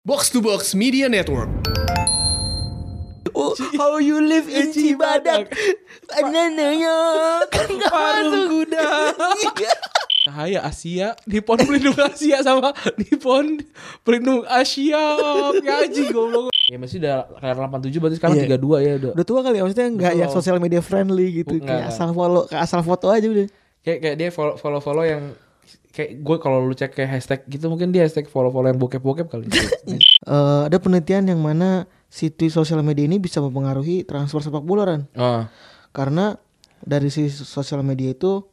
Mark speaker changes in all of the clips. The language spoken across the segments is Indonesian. Speaker 1: Box to Box Media Network.
Speaker 2: Oh, how you live in Cibadak. Anananya. Kan gak
Speaker 3: Warung
Speaker 2: masuk.
Speaker 3: kuda. Cahaya Asia di pohon pelindung Asia sama di pohon pelindung Asia ngaji goblok. Ya masih udah kayak 87 berarti sekarang
Speaker 2: Iya.
Speaker 3: 32 ya udah.
Speaker 2: Udah tua kali ya maksudnya nggak
Speaker 3: Betul.
Speaker 2: yang sosial media friendly gitu.
Speaker 3: Nggak,
Speaker 2: Kayak
Speaker 3: nggak.
Speaker 2: asal follow, kayak asal foto aja udah.
Speaker 3: Kayak kayak dia follow follow, follow yang kayak gue kalau lu cek kayak hashtag gitu mungkin dia hashtag follow follow yang bokep bokep kali.
Speaker 2: Eh, ada penelitian yang mana situs sosial media ini bisa mempengaruhi transfer sepak bola Ran.
Speaker 3: Ah.
Speaker 2: karena dari si sosial media itu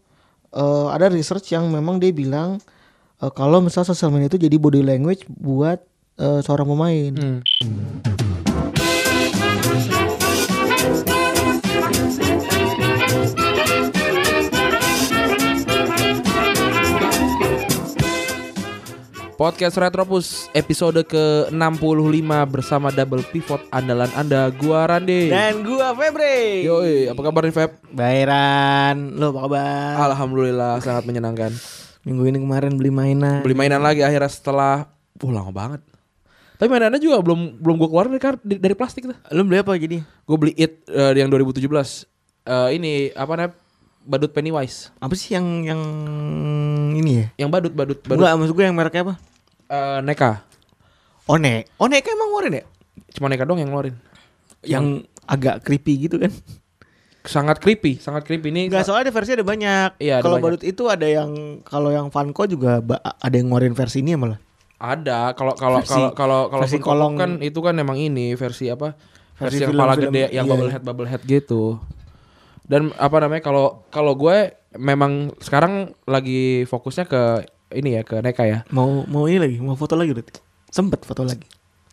Speaker 2: eh, ada research yang memang dia bilang eh, kalau misal sosial media itu jadi body language buat eh, seorang pemain.
Speaker 3: Hmm. Podcast Retropus episode ke-65 bersama double pivot andalan Anda gua Rande.
Speaker 2: gua Febre.
Speaker 3: Yoi, apa kabar nih Feb?
Speaker 2: Bairan, lo apa kabar?
Speaker 3: Alhamdulillah sangat menyenangkan.
Speaker 2: Minggu ini kemarin beli mainan.
Speaker 3: Beli mainan lagi akhirnya setelah Wah lama banget. Tapi mainannya juga belum belum gue keluar dari, kar- di- dari plastik tuh.
Speaker 2: Lo beli apa jadi?
Speaker 3: Gue beli it eh, yang 2017. Eh, ini apa namanya? Badut Pennywise.
Speaker 2: Apa sih yang yang ini ya?
Speaker 3: Yang badut badut badut
Speaker 2: Enggak, maksud gue yang mereknya apa?
Speaker 3: eh, Neka.
Speaker 2: One. One kan emang ngeluarin ya?
Speaker 3: Cuma Neka dong yang ngeluarin.
Speaker 2: Yang agak creepy gitu kan?
Speaker 3: Sangat creepy, sangat creepy ini.
Speaker 2: Enggak, soalnya ada versi ada banyak.
Speaker 3: Iya, ada
Speaker 2: kalau badut
Speaker 3: banyak.
Speaker 2: itu ada yang kalau yang Funko juga ba- ada yang ngeluarin versi ini ya malah.
Speaker 3: Ada kalau kalau
Speaker 2: Versi-
Speaker 3: kalau kalau kalau
Speaker 2: versi
Speaker 3: Funko Pop
Speaker 2: kolong.
Speaker 3: kan itu kan emang ini versi apa? Versi,
Speaker 2: Versi
Speaker 3: yang kepala
Speaker 2: film-film,
Speaker 3: gede yang
Speaker 2: iya.
Speaker 3: bubble head bubble head gitu. Dan apa namanya kalau kalau gue memang sekarang lagi fokusnya ke ini ya ke Neka ya.
Speaker 2: Mau mau ini lagi, mau foto lagi berarti. Sempet foto lagi.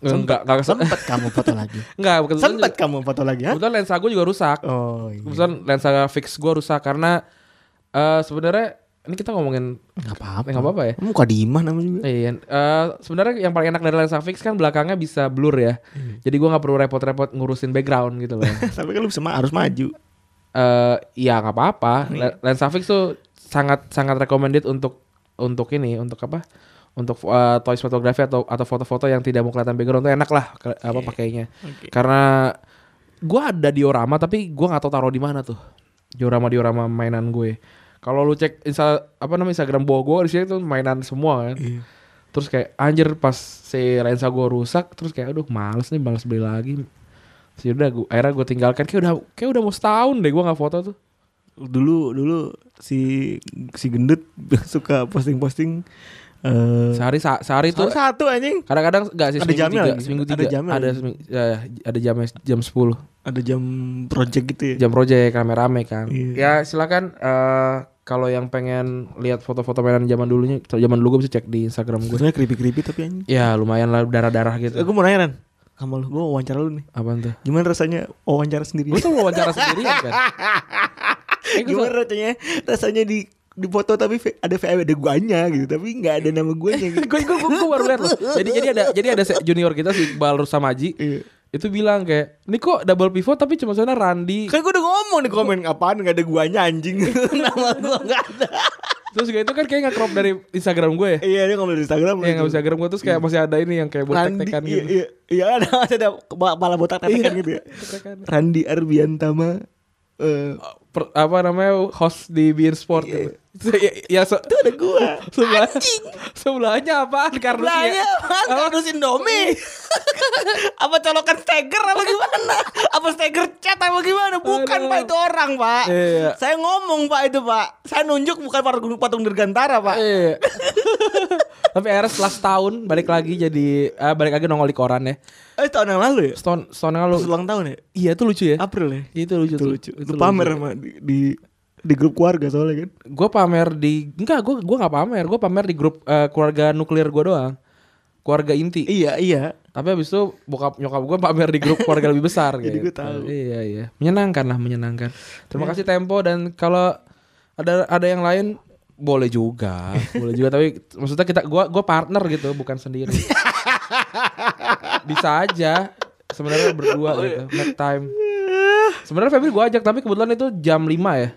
Speaker 3: Enggak enggak kesem-
Speaker 2: Sempet kamu foto lagi.
Speaker 3: enggak kebetulan
Speaker 2: Sempet kamu foto lagi
Speaker 3: juga-
Speaker 2: ha?
Speaker 3: kebetulan lensa gue juga rusak.
Speaker 2: Oh iya.
Speaker 3: Kebetulan lensa fix gue rusak karena eh sebenarnya ini kita ngomongin
Speaker 2: Enggak apa-apa.
Speaker 3: Nggak apa-apa ya?
Speaker 2: Muka Dimas namanya juga.
Speaker 3: Iya, eh, sebenarnya yang paling enak dari lensa fix kan belakangnya bisa blur ya. Jadi gue nggak perlu repot-repot ngurusin background gitu loh.
Speaker 2: Tapi kan lu bisa ma- harus maju.
Speaker 3: eh ya nggak apa-apa. Le- Lensa fix tuh sangat sangat recommended untuk untuk ini untuk apa? Untuk eh, toys fotografi atau atau foto-foto yang tidak mau kelihatan background tuh enak lah ke- apa pakainya. Karena gua ada diorama tapi gua nggak tahu taruh di mana tuh. Diorama diorama mainan gue. Kalau lu cek insta apa namanya Instagram gua gue di sini tuh mainan semua kan. Terus kayak anjir pas si lensa gua rusak terus kayak aduh males nih males beli lagi. Terus udah gua, akhirnya gue tinggalkan kayak udah kayak udah mau setahun deh gue nggak foto tuh.
Speaker 2: Dulu dulu si si gendut suka posting-posting eh
Speaker 3: Sehari sa- sehari tuh
Speaker 2: satu satu anjing.
Speaker 3: kadang-kadang nggak sih
Speaker 2: Ada
Speaker 3: seminggu
Speaker 2: jamnya
Speaker 3: tiga,
Speaker 2: lagi?
Speaker 3: seminggu
Speaker 2: Ada
Speaker 3: tiga,
Speaker 2: jamnya
Speaker 3: ada
Speaker 2: lagi?
Speaker 3: seming- ya, ada jamnya jam 10
Speaker 2: Ada jam project gitu ya.
Speaker 3: jam proyek rame-rame kan.
Speaker 2: Iya.
Speaker 3: Ya silakan eh, kalau yang pengen lihat foto-foto mainan zaman dulunya, zaman dulu gue bisa cek di Instagram gue.
Speaker 2: Sebenarnya creepy-creepy tapi anjing.
Speaker 3: Ya lumayan lah darah-darah
Speaker 2: Eh,
Speaker 3: gitu.
Speaker 2: Gue mau nanya Ran. Sama lu, gue wawancara lu nih.
Speaker 3: Apaan tuh?
Speaker 2: Gimana rasanya wawancara sendiri?
Speaker 3: Lu tuh wawancara sendirian kan? Eh, gua
Speaker 2: Gimana rasanya? Rasanya di di foto tapi fe- ada VW ada guanya gitu, tapi nggak ada nama guanya gitu.
Speaker 3: gue gue gue baru lihat loh. Jadi jadi ada jadi ada se- junior kita si Iqbal Rusamaji.
Speaker 2: Iya.
Speaker 3: Itu bilang kayak, "Ini kok double pivot tapi cuma sebenarnya Randi."
Speaker 2: kan gue udah ngomong di komen apaan nggak ada guanya anjing. nama gua nggak ada.
Speaker 3: Terus kayak itu kan kayak nge-crop dari Instagram gue ya.
Speaker 2: Iya, dia ngomong di Instagram.
Speaker 3: Yang nggak Instagram gue terus kayak masih ada ini yang kayak botak
Speaker 2: Randi,
Speaker 3: tekan
Speaker 2: iya,
Speaker 3: gitu.
Speaker 2: iya, iya, ada masih ada kepala botak tetekan gitu ya.
Speaker 3: Tetekan.
Speaker 2: Randi Arbiantama eh
Speaker 3: Per- apa namanya host di Bein Sport gitu. Terus ya, ya se-
Speaker 2: Iya. ada gua.
Speaker 3: sebelah sebelahnya apaan
Speaker 2: Belahnya
Speaker 3: kardusnya?
Speaker 2: apaan? iya, Kardus Indomie Apa colokan steger apa gimana? Apa steger cat apa gimana? Bukan
Speaker 3: Aduh.
Speaker 2: pak itu orang pak
Speaker 3: Iya.
Speaker 2: Saya ngomong pak itu pak Saya nunjuk bukan patung, patung dirgantara pak
Speaker 3: Iya. Tapi akhirnya setelah setahun balik lagi jadi eh, balik lagi nongol di koran ya.
Speaker 2: Eh tahun yang lalu ya?
Speaker 3: Stone Stone lalu.
Speaker 2: Pas ulang tahun ya?
Speaker 3: Iya itu lucu ya.
Speaker 2: April ya?
Speaker 3: Itu lucu
Speaker 2: Itu
Speaker 3: tuh.
Speaker 2: lucu Itu pamer sama di, di, di grup keluarga soalnya kan
Speaker 3: Gue pamer di enggak gue gue nggak pamer. Gue pamer di grup eh, keluarga nuklir gue doang. Keluarga inti.
Speaker 2: Iya iya
Speaker 3: Tapi habis itu bokap nyokap gue pamer di grup keluarga lebih besar
Speaker 2: Jadi
Speaker 3: gitu.
Speaker 2: gua tahu. Iya.
Speaker 3: Iya iya. Menyenangkan lah, menyenangkan. Terima kasih Tempo dan kalau ada ada yang lain boleh juga, boleh juga tapi maksudnya kita gua gua partner gitu, bukan sendiri. Bisa aja sebenarnya berdua gitu, make time. Sebenarnya Febri gua ajak tapi kebetulan itu jam 5 ya.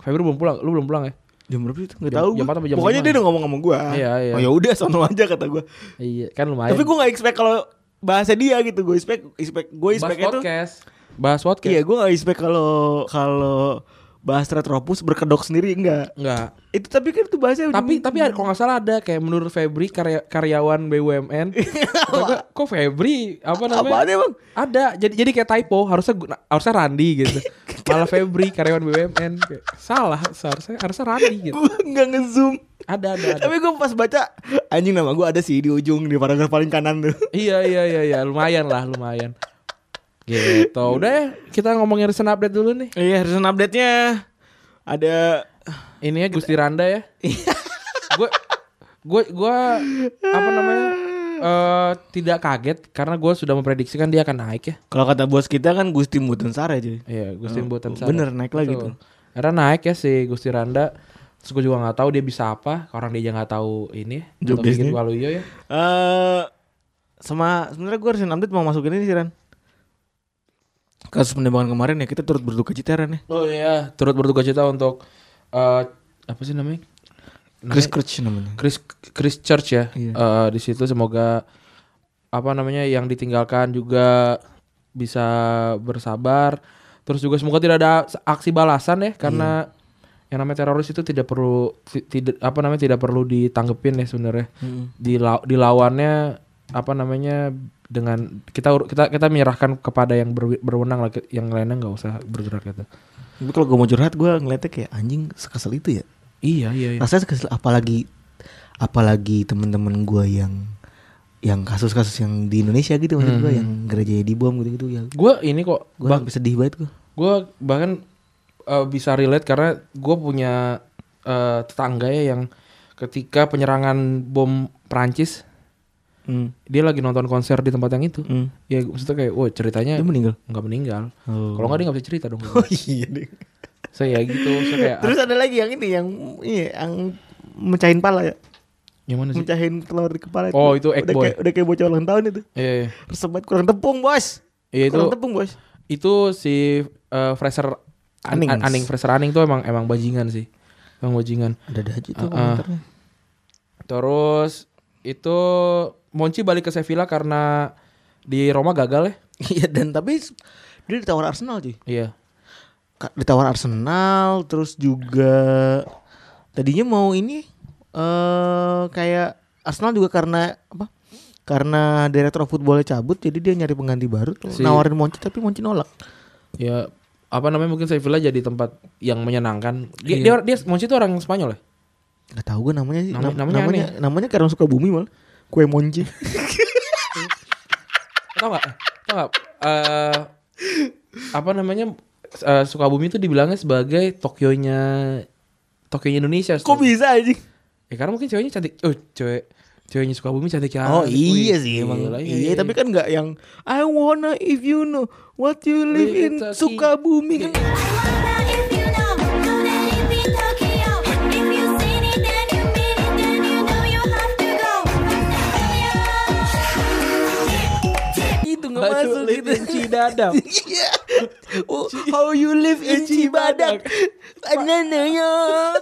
Speaker 3: Febri belum pulang, lu belum pulang ya?
Speaker 2: Jam berapa itu? Gak
Speaker 3: Jam-
Speaker 2: tau
Speaker 3: jam empat apa jam
Speaker 2: Pokoknya
Speaker 3: lima?
Speaker 2: dia udah ngomong sama gue
Speaker 3: Iya, iya.
Speaker 2: Oh yaudah sono aja kata gue
Speaker 3: Iya, kan lumayan.
Speaker 2: Tapi gue gak expect kalau bahasa dia gitu Gue expect, expect Gue
Speaker 3: bahas
Speaker 2: expectnya tuh
Speaker 3: podcast. Bahas podcast.
Speaker 2: Iya gue gak expect kalau Kalau bahas retropus berkedok sendiri enggak
Speaker 3: Enggak.
Speaker 2: Itu tapi kan itu bahasanya
Speaker 3: Tapi tapi ada- kalau nggak salah ada kayak menurut Febri karya- karyawan BUMN. Kata gua, Kok Febri apa namanya?
Speaker 2: Iya, Apaan ya? emang?
Speaker 3: Ada. Jadi jadi kayak typo, harusnya gua- nah, harusnya Randi gitu. Malah Febri karyawan BUMN. Kayak, Salah, seharusnya harusnya Randi gitu.
Speaker 2: Gue gak nge-zoom
Speaker 3: Ada ada ada.
Speaker 2: Tapi gue pas baca Anjing nama gue ada sih di ujung Di paragraf paling kanan tuh
Speaker 3: iya iya iya iya, lumayan lah, lumayan. Gitu. Udah ya, kita ngomongin recent update dulu nih.
Speaker 2: Iya recent update-nya Ada
Speaker 3: Ininya Gusti Randa ya. Gue gue gue apa namanya? eh tidak kaget karena gue sudah memprediksikan dia akan naik ya.
Speaker 2: Kalau kata bos kita kan Gusti Mutensara aja
Speaker 3: Iya, Gusti buatan
Speaker 2: bener, naik lagi tuh.
Speaker 3: Karena naik ya si Gusti Randa. Terus gue juga nggak tahu dia bisa apa. Orang dia aja nggak tahu ini.
Speaker 2: Job
Speaker 3: atau bikin
Speaker 2: desk-nya.
Speaker 3: Waluyo ya.
Speaker 2: Eh sama sebenarnya gue recent update mau masukin ini sih Ran. Kasus penembakan kemarin ya kita turut berduka cita Ran ya.
Speaker 3: Oh iya, turut berduka cita untuk eh apa sih namanya?
Speaker 2: Chris
Speaker 3: Namanya-
Speaker 2: Crutch namanya.
Speaker 3: Chris Chris Church ya.
Speaker 2: Iya.
Speaker 3: Eh, di situ semoga apa namanya yang ditinggalkan juga bisa bersabar. Terus juga semoga tidak ada aksi balasan ya karena yang namanya teroris itu tidak perlu ti- tidak apa namanya tidak perlu ditanggepin ya sebenarnya. Dila- dilawannya apa namanya dengan kita ur- kita kita menyerahkan kepada yang berwi- berwenang lah yang lainnya nggak usah bergerak gitu.
Speaker 2: Tapi kalau gue mau curhat gue ngeliatnya kayak anjing sekesel itu ya.
Speaker 3: Iya iya iya.
Speaker 2: Rasanya sekesel apalagi apalagi temen-temen gue yang yang kasus-kasus yang di Indonesia gitu maksud gue yang gerejanya dibom gitu-gitu ya.
Speaker 3: Gue ini kok
Speaker 2: Gue sedih banget gue.
Speaker 3: Gue bahkan uh, bisa relate karena gue punya uh, tetangga ya yang ketika penyerangan bom Prancis dia lagi nonton konser di tempat yang itu.
Speaker 2: Hmm.
Speaker 3: Ya maksudnya kayak, wah ceritanya
Speaker 2: Dia meninggal.
Speaker 3: nggak meninggal.
Speaker 2: Oh.
Speaker 3: Kalau nggak dia nggak bisa cerita dong.
Speaker 2: Oh iya deh.
Speaker 3: so ya gitu. So, kayak,
Speaker 2: Terus ada lagi yang ini yang iya, yang mecahin pala ya.
Speaker 3: yang mana sih?
Speaker 2: Mecahin telur di kepala
Speaker 3: Oh, itu
Speaker 2: udah
Speaker 3: Eggboy.
Speaker 2: kayak, udah kayak bocah ulang tahun itu
Speaker 3: Iya, iya.
Speaker 2: Resep banget kurang tepung bos
Speaker 3: Iya, itu-
Speaker 2: Kurang tepung bos
Speaker 3: Itu si uh, Fraser An-
Speaker 2: Anings.
Speaker 3: An- Aning Fraser Aning tuh emang emang bajingan sih. Emang bajingan.
Speaker 2: Ada-ada aja
Speaker 3: tuh komentarnya. Terus itu Monchi balik ke Sevilla karena di Roma gagal ya.
Speaker 2: Iya dan tapi s- Dia ditawar Arsenal cuy
Speaker 3: Iya.
Speaker 2: Ka- Ditawar Arsenal Terus juga Tadinya mau ini eh Kayak Arsenal juga karena Apa karena direktur footballnya cabut jadi dia nyari pengganti baru tuh
Speaker 3: Si-
Speaker 2: nawarin Monci tapi Monci nolak
Speaker 3: Ya apa namanya mungkin Sevilla jadi tempat yang menyenangkan. Dia dia,
Speaker 2: Iya.
Speaker 3: dia Monchi itu orang Spanyol ya?
Speaker 2: nggak tahu gue namanya sih
Speaker 3: Nama-
Speaker 2: Nam-
Speaker 3: namanya ya?
Speaker 2: namanya namanya karena suka bumi mal kue Monci
Speaker 3: Tahu enggak? Tahu enggak? Eh, apa namanya eh, Sukabumi itu dibilangnya sebagai Tokyonya Tokyonya Indonesia.
Speaker 2: kok bisa aja
Speaker 3: Ya karena mungkin ceweknya cantik. Oh, cewek ceweknya Sukabumi cantik ya.
Speaker 2: Oh iya sih emang. iya,
Speaker 3: Iya,
Speaker 2: tapi kan nggak yang I wanna if you know what you live in
Speaker 3: It's a key.
Speaker 2: Sukabumi kan.
Speaker 4: I wonder if you know, know that it's in Tokyo. If you seen it and you mean it, then you know you have to go.
Speaker 2: Itu nggak
Speaker 3: Nggak
Speaker 2: masuk
Speaker 3: sulit
Speaker 2: gitu.
Speaker 3: dan Cidadam.
Speaker 2: Iya. Oh, How you live in Eh, Cibadak. Anana ya.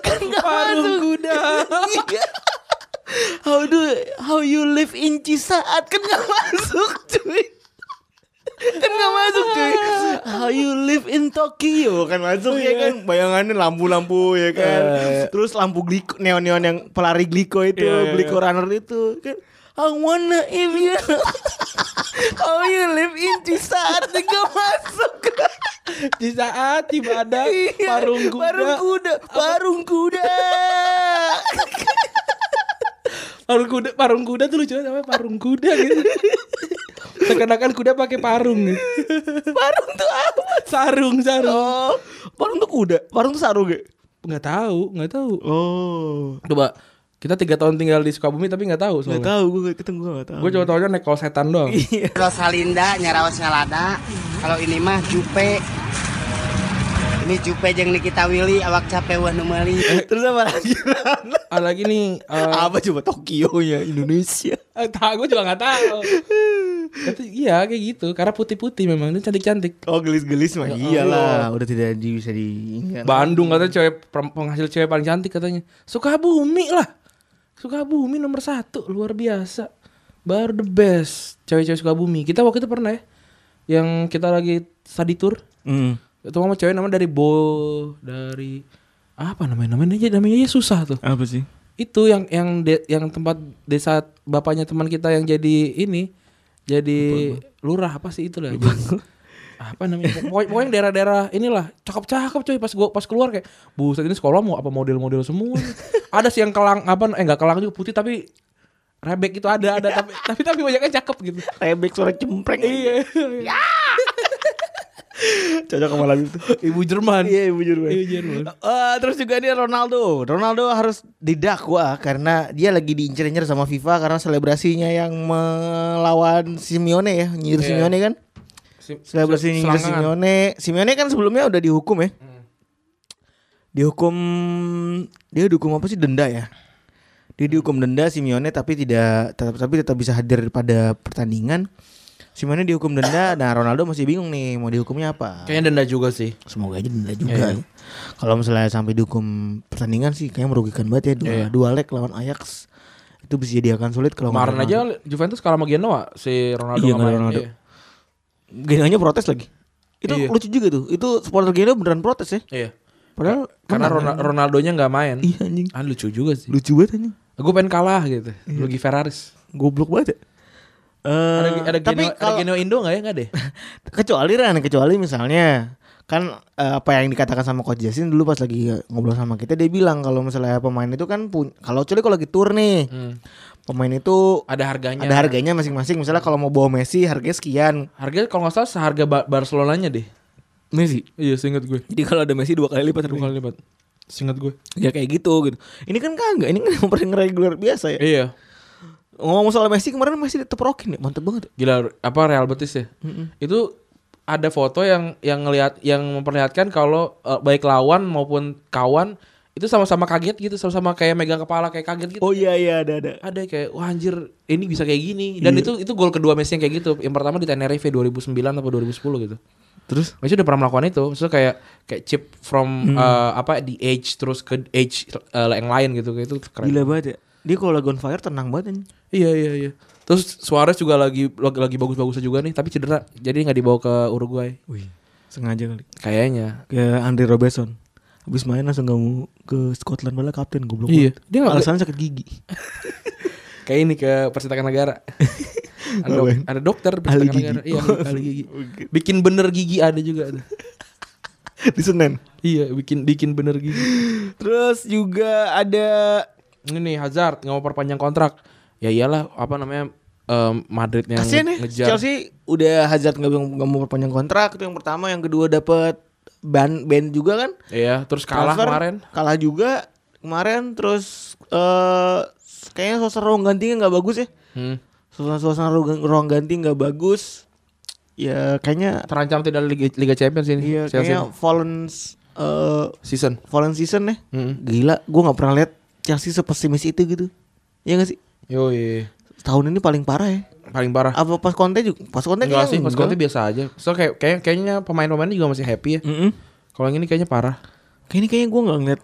Speaker 2: Kan nggak
Speaker 3: Parung
Speaker 2: masuk.
Speaker 3: kuda.
Speaker 2: Iya. How do how you live in Cisaat kan nggak masuk cuy. Kan nggak masuk cuy. How you live in Tokyo kan masuk
Speaker 3: Iya.
Speaker 2: ya kan. Bayangannya lampu-lampu ya kan. Terus lampu gliko neon-neon yang pelari gliko itu,
Speaker 3: Iya, iya,
Speaker 2: gliko runner itu kan. I wanna if you How you live in Cisaat Kan nggak masuk.
Speaker 3: Di saat Cibadak,
Speaker 2: Iya,
Speaker 3: Parung Kuda.
Speaker 2: Parung kuda, parung kuda.
Speaker 3: Parung kuda, parung kuda tuh lucu banget namanya parung kuda gitu. Seakan-akan kuda pakai parung. gitu.
Speaker 2: parung tuh apa?
Speaker 3: Sarung, sarung.
Speaker 2: Oh, parung tuh kuda, parung tuh sarung ya? gak?
Speaker 3: Nggak tahu, nggak tahu.
Speaker 2: Oh,
Speaker 3: Coba kita tiga tahun tinggal di Sukabumi tapi nggak tahu
Speaker 2: nggak
Speaker 3: soalnya.
Speaker 2: tahu gue ketemu gue nggak tahu. Iya.
Speaker 3: Gue cuma tahunya naik kol setan doang.
Speaker 5: Kalau Salinda nyarawas nyalada, kalau ini mah Jupe. Ini Jupe jeung Nikita Willy awak capek wah nu meuli.
Speaker 2: Eh, Terus apa lagi? Ran?
Speaker 3: Ah lagi nih, eh
Speaker 2: apa coba Tokyo nya Indonesia?
Speaker 3: eh, tahu gue juga nggak tahu. Tapi iya kayak gitu karena putih-putih memang dia cantik-cantik.
Speaker 2: Oh gelis-gelis mah iyalah, udah tidak di- ya. bisa diingat.
Speaker 3: Bandung katanya cewek perem- penghasil cewek paling cantik katanya. Sukabumi lah. Sukabumi nomor satu luar biasa. Baru the best cewek-cewek Sukabumi. Kita waktu itu pernah ya yang kita lagi study tour.
Speaker 2: Hmm.
Speaker 3: Itu sama cewek namanya dari Bo dari apa namanya namanya aja namanya aja susah tuh.
Speaker 2: Apa sih?
Speaker 3: Itu yang yang de- yang tempat desa bapaknya teman kita yang jadi ini jadi lurah apa sih itu lah. Jadi- apa namanya pokoknya, pokoknya daerah-daerah inilah cakep-cakep cuy pas gua pas keluar kayak buset ini sekolah mau apa model-model semua nih." ada sih yang kelang apa eh enggak kelang juga putih tapi rebek itu ada ada tapi tapi tapi banyaknya cakep gitu
Speaker 2: Rebek suara cempreng. Iya. Cocok sama lagu itu.
Speaker 3: ibu Jerman
Speaker 2: Iya, ibu Jerman.
Speaker 3: Ibu Jerman.
Speaker 2: Eh, terus juga ini Ronaldo. Ronaldo harus didakwa karena dia lagi diincer-incer sama FIFA karena selebrasinya yang melawan Simeone ya, nyindir
Speaker 3: Iya.
Speaker 2: Simeone kan.
Speaker 3: Si-
Speaker 2: Selebrasi
Speaker 3: se-
Speaker 2: nyindir
Speaker 3: selangkangan.
Speaker 2: Simeone. Simeone kan sebelumnya udah dihukum ya.
Speaker 3: Hmm.
Speaker 2: Dihukum dia dihukum apa sih denda ya? Dia
Speaker 3: Hmm.
Speaker 2: dihukum denda Simeone tapi tidak tetap, tapi tetap bisa hadir pada pertandingan. Simeone dihukum denda, nah Ronaldo masih bingung nih mau dihukumnya apa.
Speaker 3: kayaknya denda juga sih
Speaker 2: Semoga aja denda
Speaker 3: Iya,
Speaker 2: juga. ya. Kalau misalnya sampai dihukum pertandingan sih kayaknya merugikan banget ya dua,
Speaker 3: Iya, iya.
Speaker 2: dua leg lawan Ajax. Itu bisa jadi akan sulit kalau
Speaker 3: kemarin aja Juventus kalah sama Genoa si Ronaldo
Speaker 2: Iya, nggak
Speaker 3: nggak
Speaker 2: ada
Speaker 3: main.
Speaker 2: Ronaldo.
Speaker 3: Iya.
Speaker 2: Genoanya protes lagi. Itu
Speaker 3: Iya.
Speaker 2: lucu juga tuh. Itu supporter Genoa beneran protes ya.
Speaker 3: Iya.
Speaker 2: Padahal
Speaker 3: karena
Speaker 2: menang,
Speaker 3: Rona- Ronaldonya nggak main
Speaker 2: kan? Iya anjing.
Speaker 3: ah lucu juga sih
Speaker 2: Lucu banget anjing.
Speaker 3: gue pengen kalah gitu Rugi Ferraris
Speaker 2: Goblok banget. ya. Iya. Eh,
Speaker 3: ada ada
Speaker 2: tapi
Speaker 3: Genoa, ada
Speaker 2: kalau
Speaker 3: Genoa Indo nggak ya nggak deh
Speaker 2: kecuali Ran, kecuali misalnya kan eh, apa yang dikatakan sama Coach Jasin dulu pas lagi ngobrol sama kita dia bilang kalau misalnya pemain itu kan pun kalau kecuali kalau lagi tour nih
Speaker 3: Hmm.
Speaker 2: pemain itu
Speaker 3: ada harganya
Speaker 2: Ada harganya masing-masing. Misalnya kalau mau bawa Messi harganya sekian.
Speaker 3: Harganya kalau nggak salah seharga Ba- Barcelonanya deh.
Speaker 2: Messi.
Speaker 3: Iya, seingat gue.
Speaker 2: Jadi kalau ada Messi dua kali lipat
Speaker 3: Dua kali lipat. Seingat gue.
Speaker 2: Ya kayak gitu gitu. Ini kan kagak, ini kan pemain reguler biasa ya.
Speaker 3: Iya.
Speaker 2: Ngomong soal Messi kemarin masih diteprokin ya, mantep banget.
Speaker 3: Gila apa Real Betis ya? Itu ada foto yang yang ngelihat yang memperlihatkan kalau eh, baik lawan maupun kawan itu sama-sama kaget gitu, sama-sama kayak megang kepala kayak kaget gitu.
Speaker 2: Oh iya iya ada ada.
Speaker 3: Ada kayak wah anjir, ini bisa kayak gini.
Speaker 2: Iya.
Speaker 3: Dan itu itu gol kedua Messi yang kayak gitu. Yang pertama di Tenerife 2009 atau 2010 gitu.
Speaker 2: Terus
Speaker 3: Messi udah pernah melakukan itu, maksudnya kayak kayak chip
Speaker 2: Hmm.
Speaker 3: from eh, apa di edge terus ke edge eh, yang lain gitu, itu keren.
Speaker 2: gila banget ya. Dia kalau lagi on fire tenang banget anjing.
Speaker 3: Iya iya iya. Terus Suarez juga lagi lagi, lagi bagus-bagusnya juga nih, tapi cedera, jadi nggak dibawa ke Uruguay.
Speaker 2: Wih, sengaja kali.
Speaker 3: Kayaknya.
Speaker 2: Kayak Andre Robertson. Habis main langsung gak mau ke Scotland malah kapten goblok.
Speaker 3: Iya.
Speaker 2: banget.
Speaker 3: Dia nggak-
Speaker 2: alasannya sakit gigi.
Speaker 3: Kayak ini ke percetakan negara. ada, dok-
Speaker 2: Ngapain?
Speaker 3: ada dokter
Speaker 2: Ahli
Speaker 3: percetakan
Speaker 2: gigi.
Speaker 3: negara. Iya, ahli- ahli gigi. Bikin bener gigi ada juga. ada.
Speaker 2: Di Senin.
Speaker 3: iya, bikin bikin bener gigi.
Speaker 2: Terus juga ada
Speaker 3: Ini nih Hazard nggak mau perpanjang kontrak. Ya iyalah, apa namanya? em, Madrid yang
Speaker 2: Kasian ya
Speaker 3: ngejar.
Speaker 2: Chelsea udah Hazard nggak mau nggak mau perpanjang kontrak itu yang pertama yang kedua dapat ban ban juga kan
Speaker 3: Iya, terus kalah
Speaker 2: Transfer,
Speaker 3: kemarin.
Speaker 2: kalah juga kemarin terus eh kayaknya suasana ruang gantinya nggak bagus ya
Speaker 3: Hmm.
Speaker 2: suasana suasana ruang, ruang ganti nggak bagus ya kayaknya
Speaker 3: Terancam tidak Liga, Liga Champions ini
Speaker 2: iya
Speaker 3: Chelsea
Speaker 2: kayaknya fallen s- eh,
Speaker 3: season.
Speaker 2: fallen season ya
Speaker 3: Mm.
Speaker 2: gila gue nggak pernah lihat Chelsea sepesimis itu gitu ya nggak sih
Speaker 3: Yo, iya.
Speaker 2: tahun ini paling parah ya
Speaker 3: Paling parah.
Speaker 2: apa pas konten juga pas konten
Speaker 3: Enggak sih, pas Conte biasa aja. So kayak kayak- kayaknya pemain-pemainnya juga masih happy ya.
Speaker 2: Hmm.
Speaker 3: Kalau yang ini kayaknya parah.
Speaker 2: Kayaknya kayaknya gue nggak ngeliat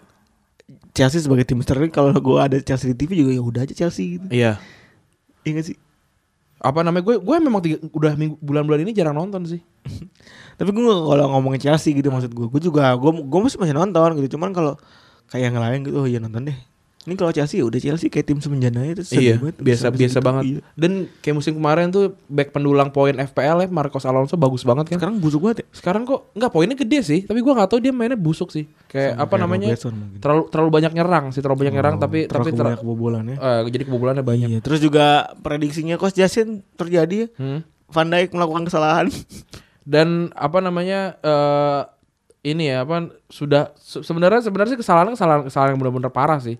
Speaker 2: Chelsea sebagai tim sterling kalau gue ada Chelsea di TV juga ya udah aja Chelsea gitu.
Speaker 3: Iya.
Speaker 2: Iya nggak sih?
Speaker 3: Apa namanya? Gue gue memang tiga- udah minggu- bulan-bulan ini jarang nonton sih.
Speaker 2: Tapi gue kalau ngomongin Chelsea gitu maksud gue, gue juga gue gue masih masih nonton gitu. Cuman kalau kayak yang lain gitu, oh iya nonton deh. Ini kalau Chelsea ya udah Chelsea kayak tim semenjana itu
Speaker 3: Iya, biasa biasa banget.
Speaker 2: iya.
Speaker 3: Dan kayak musim kemarin tuh back pendulang poin FPL ya Marcos Alonso bagus banget kan.
Speaker 2: Sekarang busuk banget ya.
Speaker 3: Sekarang kok nggak poinnya gede sih, tapi gue nggak tahu dia mainnya busuk sih. Kayak
Speaker 2: kayak
Speaker 3: apa namanya?
Speaker 2: Robertson mungkin. Oh,
Speaker 3: Terlalu terlalu banyak nyerang sih, terlalu banyak nyerang tapi tapi ter-
Speaker 2: banyak kebobolan ya.
Speaker 3: eh, jadi kebobolannya banyak.
Speaker 2: Iya, terus juga prediksinya Coach Jasin terjadi ya.
Speaker 3: Hmm.
Speaker 2: Van Dijk melakukan kesalahan.
Speaker 3: dan apa namanya eh ini ya apa sudah se- sebenarnya sebenarnya sih kesalahan kesalahan kesalahan yang benar-benar parah sih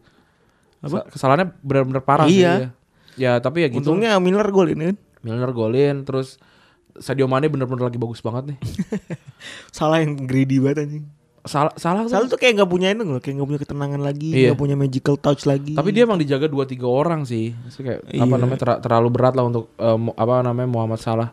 Speaker 3: apa kesalahannya benar-benar
Speaker 2: Iya.
Speaker 3: parah sih, ya. ya tapi ya gitu
Speaker 2: Untungnya Miller gol ini kan.
Speaker 3: Milner golin terus Sadio Mane benar-benar lagi bagus banget nih
Speaker 2: Salah yang greedy banget anjing.
Speaker 3: salah salah kan?
Speaker 2: Sal
Speaker 3: tuh.
Speaker 2: tuh kayak nggak punya itu loh, kayak nggak punya ketenangan lagi,
Speaker 3: Iya.
Speaker 2: nggak punya magical touch lagi.
Speaker 3: Tapi dia emang dijaga 2 3 orang sih. Maksudnya kayak apa
Speaker 2: Iya.
Speaker 3: namanya ter- terlalu berat lah untuk eh, mu- apa namanya Muhammad Salah.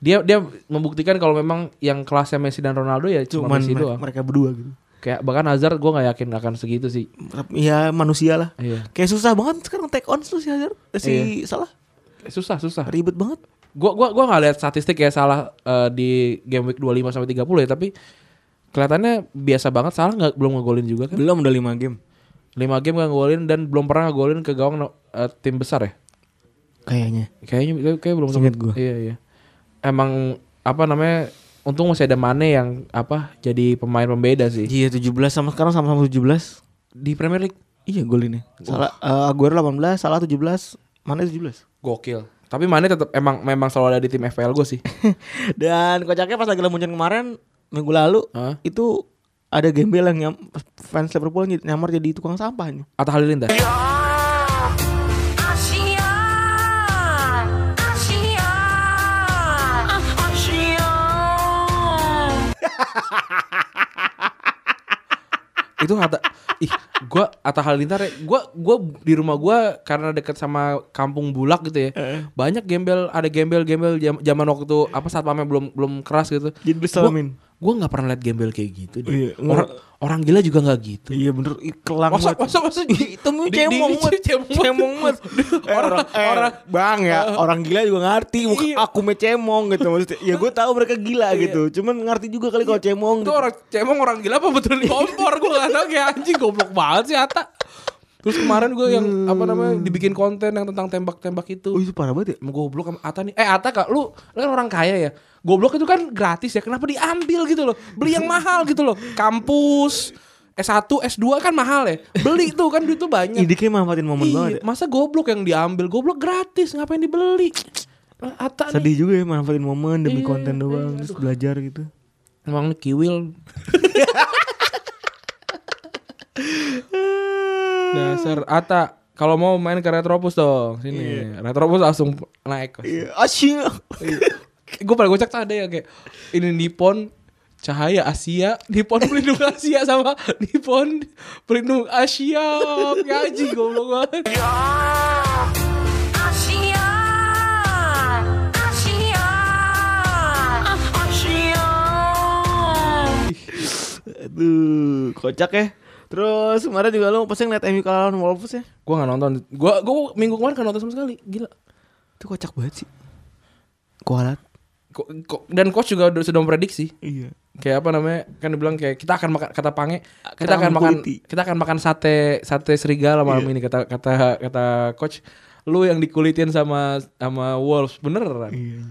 Speaker 3: Dia dia membuktikan kalau memang yang kelasnya Messi dan Ronaldo ya cuma
Speaker 2: cuman
Speaker 3: Messi
Speaker 2: mereka,
Speaker 3: doang.
Speaker 2: mereka berdua gitu.
Speaker 3: Kayak bahkan Hazard gue nggak yakin akan segitu sih.
Speaker 2: Ya manusia lah.
Speaker 3: Iya.
Speaker 2: Kayak susah banget sekarang take on tuh si Hazard, eh, si salah
Speaker 3: Susah susah.
Speaker 2: ribet banget.
Speaker 3: Gua gua gua nggak lihat statistik ya salah eh, di game week 25 sampai 30 ya, tapi kelihatannya biasa banget salah nggak belum ngegolin juga kan.
Speaker 6: Belum udah 5 game.
Speaker 3: 5 game nggak ngegolin dan belum pernah ngegolin ke gawang eh, tim besar ya.
Speaker 2: Kayaknya.
Speaker 3: Kayaknya kayak- kayak belum
Speaker 2: Seingat
Speaker 3: sempet.
Speaker 2: gua.
Speaker 3: Iya iya. Emang apa namanya? Untung masih ada Mane yang apa jadi pemain pembeda sih
Speaker 2: Iya 17 sama sekarang sama-sama 17.
Speaker 3: di Premier League.
Speaker 2: Iya golinnya. Salah eh, Aguero 18, salah 17, mana 17.
Speaker 3: Gokil. Tapi Mane tetap emang memang selalu ada di tim FPL gue sih.
Speaker 2: Dan kocaknya pas lagi Munchen kemarin minggu lalu
Speaker 3: Hah?
Speaker 2: itu ada gembel yang nyam, fans Liverpool ny- nyamar jadi tukang sampah nih.
Speaker 3: Atta Halilintar. itu Hatta ih gua Atta Halilintar ya, gua gua di rumah gua karena deket sama kampung Bulak gitu ya. Banyak gembel ada gembel-gembel jam- zaman waktu apa saat pamnya belum belum keras gitu.
Speaker 2: Jadi beli salamin.
Speaker 3: Gua nggak pernah liat gembel kayak gitu deh.
Speaker 2: Iya, nggak-
Speaker 3: orang orang gila juga nggak gitu.
Speaker 2: Iya bener ih, kelang
Speaker 3: Masa
Speaker 2: banget.
Speaker 3: masa masa gitu,
Speaker 2: Hitamnya cemong banget. Cemong banget.
Speaker 3: Orang
Speaker 2: eh,
Speaker 3: orang Iya.
Speaker 2: bang ya orang gila juga ngerti muka aku me cemong gitu maksudnya. Ya gue tahu mereka gila gitu. Cuman ngerti juga kali kalau cemong.
Speaker 3: Iya.
Speaker 2: gitu.
Speaker 3: itu orang cemong orang gila apa betul kompor gue nggak tahu kayak anjing goblok banget sih Ata terus kemarin gue yang apa namanya dibikin konten yang tentang tembak-tembak itu
Speaker 2: Oh itu parah banget ya.
Speaker 3: Emang goblok sama Ata nih eh Ata kak lu lu kan orang kaya ya goblok itu kan gratis ya kenapa diambil gitu loh beli yang mahal gitu loh kampus S1 S2 kan mahal ya beli tuh kan duit tuh banyak
Speaker 2: Ini kayak manfaatin momen banget.
Speaker 3: Iya,
Speaker 2: ya.
Speaker 3: masa goblok yang diambil goblok gratis ngapain dibeli Ata nih
Speaker 2: Sedih juga ya manfaatin momen demi
Speaker 3: Iya,
Speaker 2: konten
Speaker 3: iya,
Speaker 2: doang terus belajar gitu.
Speaker 3: emang kiwil Dasar Ata kalau mau main ke Retropus dong sini. Retropus langsung naik.
Speaker 2: Iya, asyik.
Speaker 3: Gue pada gocek tuh ada ya kayak ini Nippon Cahaya Asia, Nippon Pelindung Asia sama Nippon Pelindung Asia. Ngaji goblok banget.
Speaker 2: Aduh, kocak ya. Terus kemarin juga lu pasti ngeliat MU kalah lawan Wolves ya.
Speaker 3: Gue gak nonton. Gue gue minggu kemarin gak nonton sama sekali. Gila.
Speaker 2: Itu kocak banget sih. Kualat.
Speaker 3: Ko- ko- dan coach juga udah- sudah memprediksi
Speaker 2: Iya.
Speaker 3: kayak apa namanya kan dibilang kayak kita akan makan kata pange kita,
Speaker 2: Kita
Speaker 3: akan
Speaker 2: akan
Speaker 3: makan
Speaker 2: kuliti.
Speaker 3: kita akan makan sate sate serigala malam
Speaker 2: Iya.
Speaker 3: ini kata kata kata coach lu yang dikulitin sama sama wolves beneran
Speaker 2: Iya.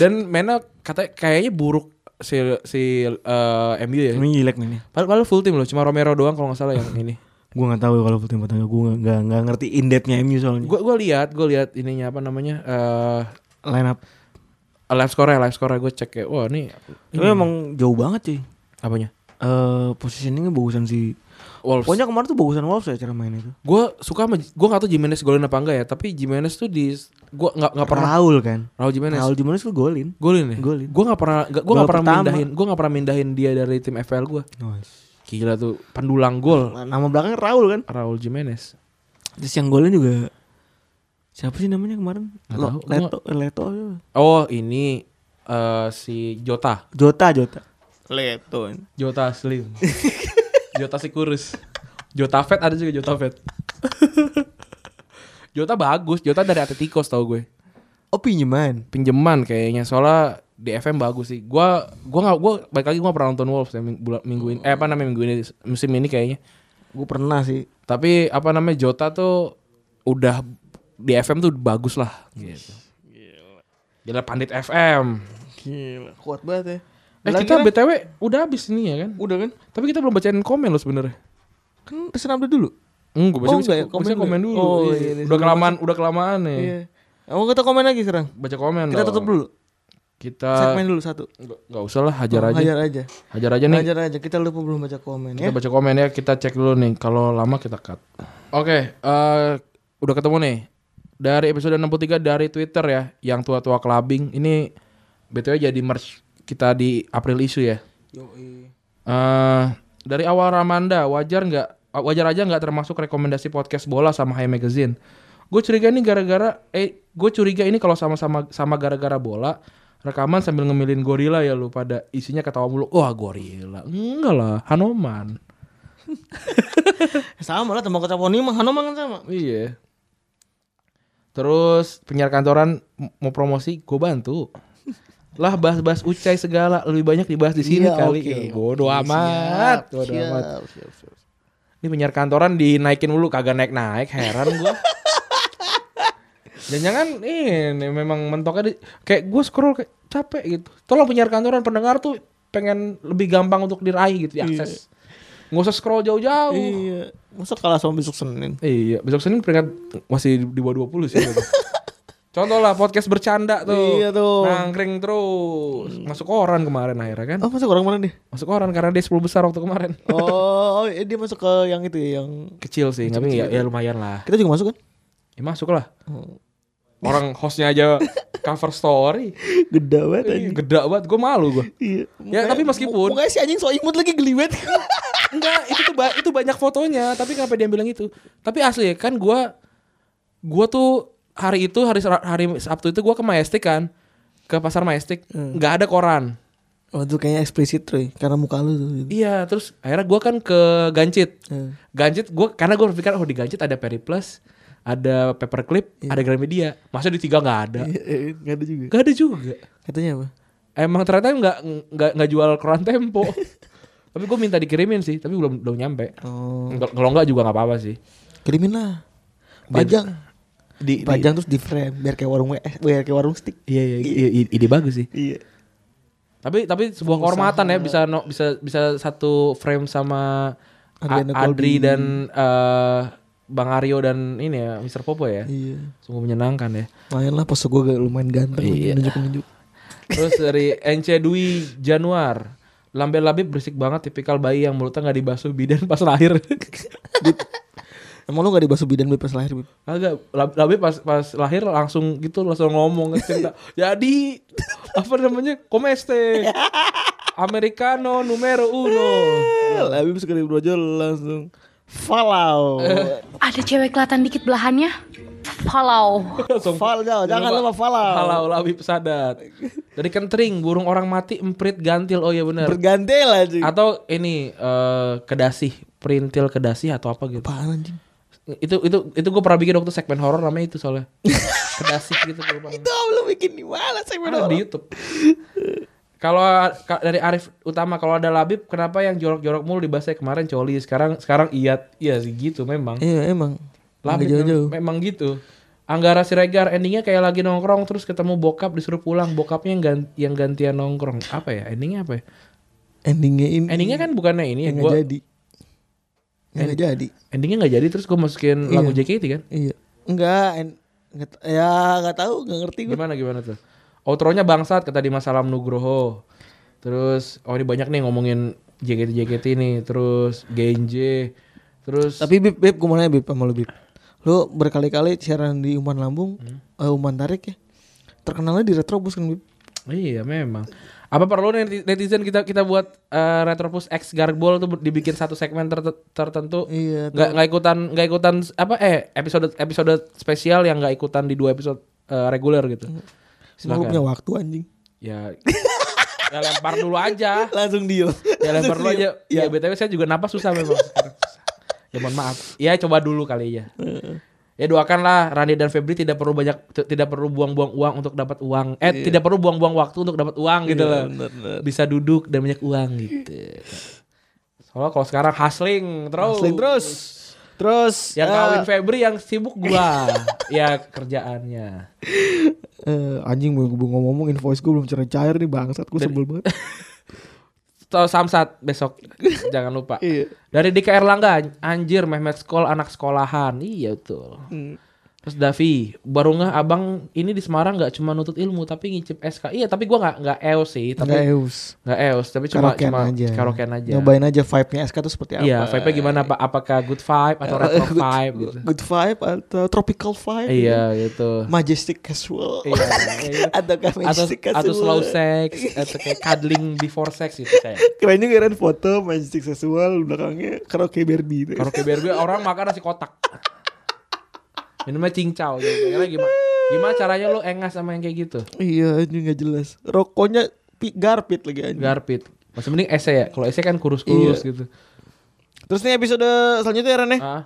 Speaker 3: dan mainnya kata kayaknya buruk si si eh, MU ya
Speaker 2: Ini jelek mainnya.
Speaker 3: padahal, padahal full tim loh cuma Romero doang kalau nggak salah yang ini
Speaker 2: Gue gak tahu ya kalau full tim tangga gue gak, nggak ngerti in depth-nya MU soalnya.
Speaker 3: gue gue lihat gue lihat ininya apa namanya eh
Speaker 2: line up.
Speaker 3: live score live score gue cek kayak wah ini
Speaker 2: Tapi emang jauh banget cuy.
Speaker 3: apanya
Speaker 2: Eh positioningnya bagusan si
Speaker 3: Wolves
Speaker 2: Pokoknya kemarin tuh bagusan Wolves ya cara mainnya tuh.
Speaker 3: gue suka sama gue gak tau Jimenez golin apa enggak ya tapi Jimenez tuh di gue nggak nggak pernah
Speaker 2: Raul kan.
Speaker 3: Raul Jimenez
Speaker 2: Raul Jimenez tuh golin.
Speaker 3: golin ya
Speaker 2: Golin.
Speaker 3: gue nggak pernah gue
Speaker 2: Gol
Speaker 3: nggak pernah
Speaker 2: pertama.
Speaker 3: mindahin gue nggak pernah mindahin dia dari tim FPL gue gila tuh pendulang gol
Speaker 2: Nama belakang Raul kan.
Speaker 3: Raul Jimenez
Speaker 2: Terus yang golin juga siapa sih namanya kemarin?
Speaker 3: Nggak
Speaker 2: Lo-
Speaker 3: tahu, gua
Speaker 2: Leto, eh, Leto.
Speaker 3: oh ini eh, si Jota
Speaker 2: Jota, Jota. Leto.
Speaker 3: Jota Slim Jota si kurus Jota Fat ada juga Jota Fat Jota bagus Jota dari Atletico tau gue
Speaker 2: Oh pinjaman.
Speaker 3: pinjeman kayaknya soalnya di FM bagus sih. Gua gua nggak gua balik lagi gua nggak pernah nonton Wolves ya ming- bulan minggu ini. Eh apa namanya minggu ini musim ini kayaknya.
Speaker 2: Gue pernah sih.
Speaker 3: Tapi apa namanya Jota tuh udah di FM tuh bagus lah gitu. Gila pandit FM.
Speaker 2: Gila, kuat banget ya.
Speaker 3: Eh
Speaker 2: Lah,
Speaker 3: kita
Speaker 2: kira-
Speaker 3: BTW udah habis ini ya kan?
Speaker 2: udah kan?
Speaker 3: Tapi kita belum bacain komen lo sebenarnya.
Speaker 2: Kan pesen update dulu.
Speaker 3: Hmm, gua
Speaker 2: Oh,
Speaker 3: baca
Speaker 2: enggak ya,
Speaker 3: komen,
Speaker 2: komen
Speaker 3: komen
Speaker 2: dulu.
Speaker 3: dulu.
Speaker 2: Oh,
Speaker 3: Iya.
Speaker 2: iya, iya,
Speaker 3: udah
Speaker 2: sebelum
Speaker 3: kelamaan, udah kelamaan nih.
Speaker 2: Iya. Mau kita komen lagi sekarang.
Speaker 3: Baca komen
Speaker 2: Kita
Speaker 3: dong.
Speaker 2: tutup dulu.
Speaker 3: Kita
Speaker 2: Segmen dulu satu.
Speaker 3: nggak nggak usah lah, hajar aja.
Speaker 2: Hajar Eh, aja.
Speaker 3: Hajar aja nih.
Speaker 2: Hajar aja. Kita lupa belum baca komen ya.
Speaker 3: Kita baca komen ya, kita cek dulu nih. Kalau lama kita cut. Oke, eh udah ketemu nih. Dari episode 63 dari Twitter ya, yang tua-tua kelabing. Ini BTW jadi merch kita di April issue ya. Eh Dari awal Ramanda, wajar nggak? eh, Wajar aja nggak termasuk rekomendasi podcast bola sama High Magazine. Gue curiga ini gara-gara, eh, gue curiga ini kalau sama-sama sama gara-gara bola rekaman sambil ngemilin gorila ya lu pada isinya ketawa mulu. Wah gorila, enggak lah, Hanoman.
Speaker 2: Sama lah tembak kecaponi mah Hanoman kan sama.
Speaker 3: Iya. Terus penyiar kantoran m- mau promosi, gue bantu. Lah bahas-bahas Ucai segala lebih banyak dibahas di sini
Speaker 2: Iya,
Speaker 3: kali.
Speaker 2: oke,
Speaker 3: Ya, Bodoh amat, bodoh amat.
Speaker 2: Siap, siap, siap.
Speaker 3: Ini penyiar kantoran dinaikin dulu kagak naik-naik, heran gua. Jangan-jangan ini memang mentoknya di- kayak gue scroll kayak capek gitu. Tolong penyiar kantoran pendengar tuh pengen lebih gampang untuk diraih gitu diakses. Nggak usah scroll jauh-jauh.
Speaker 2: Iya. Masa kalah sama besok Senin?
Speaker 3: Iya, besok Senin peringkat masih di bawah 20 sih. Contoh lah podcast bercanda tuh.
Speaker 2: Iya tuh. Hmm.
Speaker 3: Nangkring terus. Masuk koran kemarin akhirnya kan.
Speaker 2: Oh masuk orang mana deh?
Speaker 3: Masuk koran karena dia 10 besar waktu kemarin.
Speaker 2: Oh, oh, eh, dia masuk ke yang itu ya, yang
Speaker 3: Kecil sih, tapi ya, ya lumayan lah.
Speaker 2: kita juga masuk kan?
Speaker 3: Ya masuk lah.
Speaker 2: Hmm.
Speaker 3: Orang hostnya aja cover story.
Speaker 2: Gede banget
Speaker 3: Ih,
Speaker 2: anjing.
Speaker 3: Gede banget, gue malu gue.
Speaker 2: Iya.
Speaker 3: Ya, tapi meskipun-
Speaker 2: mukanya si anjing so imut lagi geli banget.
Speaker 3: Enggak, itu tuh ba- itu banyak fotonya, tapi kenapa dia bilang itu? Tapi asli kan gua gua tuh hari itu hari Sera- hari Sabtu itu gua ke Majestic kan. Ke pasar Majestic,
Speaker 2: Hmm.
Speaker 3: nggak ada koran.
Speaker 2: oh, itu kayaknya eksplisit Troy karena muka lu tuh. gitu.
Speaker 3: Iya, terus akhirnya gua kan ke Gancit.
Speaker 2: Hmm.
Speaker 3: Gancit gua karena gua berpikir oh di Gancit ada Peri Plus, ada Paperclip, ada Gramedia. Masa di tiga nggak ada?
Speaker 2: Iya, eh, Gak ada juga.
Speaker 3: Nggak ada juga.
Speaker 2: Katanya apa?
Speaker 3: Emang ternyata nggak nggak nggak jual koran Tempo. tapi gue minta dikirimin sih, tapi belum belum nyampe.
Speaker 2: Oh,
Speaker 3: Nggak- Kalau nggak juga nggak apa-apa sih.
Speaker 2: kirimin lah. Pajang.
Speaker 3: Di, di-
Speaker 2: Pajang terus di frame biar kayak warung eh, biar kayak warung stick.
Speaker 3: Iya, iya, iya, i- ide bagus sih.
Speaker 2: Iya.
Speaker 3: Tapi tapi sebuah kehormatan ya bisa no, bisa bisa satu frame sama
Speaker 2: Adriana
Speaker 3: A- Adri
Speaker 2: Colby.
Speaker 3: dan eh, Bang Aryo dan ini ya Mr. Popo ya.
Speaker 2: Iya.
Speaker 3: Sungguh menyenangkan ya.
Speaker 2: Lumayan lah pose gue lumayan ganteng
Speaker 3: Iya.
Speaker 2: nunjuk-nunjuk.
Speaker 3: Terus dari NC Dwi Januar. Lambe Labib berisik banget tipikal bayi yang mulutnya nggak dibasuh bidan pas lahir.
Speaker 2: Emang lu gak dibasuh bidan Beb, pas lahir Beb?
Speaker 3: Agak Lab- Labib pas pas lahir langsung gitu langsung ngomong cerita. Jadi apa namanya? Komeste. Americano numero uno.
Speaker 2: Habib sekali brojol langsung Falau
Speaker 7: Ada cewek kelihatan dikit belahannya. Follow.
Speaker 3: Langsung-
Speaker 2: Falau Jangan
Speaker 3: Lupa-
Speaker 2: lupa Falau
Speaker 3: Halau labib sadat. Dari kentring, burung orang mati, emprit gantil. Oh iya benar.
Speaker 2: Berganti lah cuy
Speaker 3: Atau ini eh, kedasih, perintil kedasih atau apa gitu.
Speaker 2: Apaan anjing
Speaker 3: Itu itu itu gue pernah bikin waktu segmen horor namanya itu soalnya. kedasih gitu gue lupa. namanya.
Speaker 2: Itu lu bikin di mana segmen
Speaker 3: Ada di YouTube. Kalau ka- dari Arif utama kalau ada Labib kenapa yang jorok-jorok mulu di bahasa kemarin coli sekarang sekarang iya iya sih gitu memang.
Speaker 2: Iya emang
Speaker 3: Labib
Speaker 2: Nggak jauh-jauh
Speaker 3: mem- memang gitu. Anggara Siregar endingnya kayak lagi nongkrong terus ketemu bokap disuruh pulang bokapnya yang, gan- yang gantian nongkrong apa ya endingnya apa ya
Speaker 2: Endingnya ini
Speaker 3: endingnya kan bukannya ini ya
Speaker 2: Yang
Speaker 3: gua,
Speaker 2: nggak jadi Yang nggak jadi
Speaker 3: endingnya nggak jadi terus gue masukin lagu JKT kan
Speaker 2: Iya Enggak en- nggak- Ya gak tahu Gak ngerti gue
Speaker 3: gimana gimana tuh outronya bangsat kata Dimas Salam Nugroho terus oh ini banyak nih ngomongin JKT JKT nih terus Genje terus
Speaker 2: Tapi Bib Bib Gue mau nanya Bib Sama lu Bib Lu berkali-kali siaran di Umpan Lambung eh, Umpan Tarik ya Terkenalnya di Retrobus kan Bib
Speaker 3: Iya memang. Apa perlu nih netizen kita kita buat eh, Retropus X Garbol tuh dibikin satu segmen ter- tertentu.
Speaker 2: Iya,
Speaker 3: Nggak nggak ikutan nggak ikutan s- apa eh episode episode spesial yang nggak ikutan di dua episode eh, reguler gitu.
Speaker 2: Semua lu
Speaker 3: Silakan.
Speaker 2: punya waktu anjing Iya.
Speaker 3: Ya, ya lempar dulu aja.
Speaker 2: Langsung diem
Speaker 3: Ya lempar dulu aja.
Speaker 2: Iya.
Speaker 3: Ya btw saya juga napas susah memang. sekarang. Ya mohon maaf. Ya coba dulu kali ya. Ya doakanlah Randy dan Febri tidak perlu banyak t- tidak perlu buang-buang uang untuk dapat uang. Eh
Speaker 2: Iya.
Speaker 3: tidak perlu buang-buang waktu untuk dapat uang gitu loh. Bisa duduk dan banyak uang gitu. Soalnya kalau sekarang hustling terus.
Speaker 2: Hustling terus. Terus
Speaker 3: Yang
Speaker 2: ya,
Speaker 3: kawin Febri yang sibuk gua. ya kerjaannya.
Speaker 2: eh, anjing gue ngomong invoice gue belum cair-cair nih bangsat gue sebel banget.
Speaker 3: Tau samsat besok jangan lupa.
Speaker 2: Iya. Hmm.
Speaker 3: Dari DKR Langga anjir Mehmet Skol anak sekolahan. Iya betul. Terus Davi, barungah abang ini di Semarang nggak cuma nutut ilmu tapi ngicip SK. Iya, tapi gua nggak nggak eos sih,
Speaker 2: Nggak
Speaker 3: tapi
Speaker 2: eus.
Speaker 3: nggak eos, tapi cuma
Speaker 2: Karaokean
Speaker 3: cuma
Speaker 2: aja.
Speaker 3: karaokean aja.
Speaker 2: Nyobain aja vibe-nya SK itu seperti apa.
Speaker 3: Iya, vibe-nya gimana Pak? Apakah good vibe atau retro
Speaker 2: Good-
Speaker 3: vibe gitu?
Speaker 2: Good vibe atau tropical vibe.
Speaker 3: Iya, gitu.
Speaker 2: Majestic casual.
Speaker 3: Iya, iya.
Speaker 2: atau kan
Speaker 3: atau
Speaker 2: majestic casual.
Speaker 3: atau slow sex atau kayak cuddling before sex gitu kayak
Speaker 2: Keren juga kan foto majestic casual belakangnya karaoke Barbie itu.
Speaker 3: karaoke BRB orang makan nasi kotak minumnya cincau gitu kira gimana gimana caranya lu engas sama yang kayak gitu
Speaker 2: Iya, ini nggak jelas. Rokoknya pi- garpit lagi anjing.
Speaker 3: garpit masih mending ese ya kalau ese kan
Speaker 2: Iya.
Speaker 3: kurus-kurus gitu
Speaker 2: Terus nih episode selanjutnya ya Ren ya?
Speaker 3: ah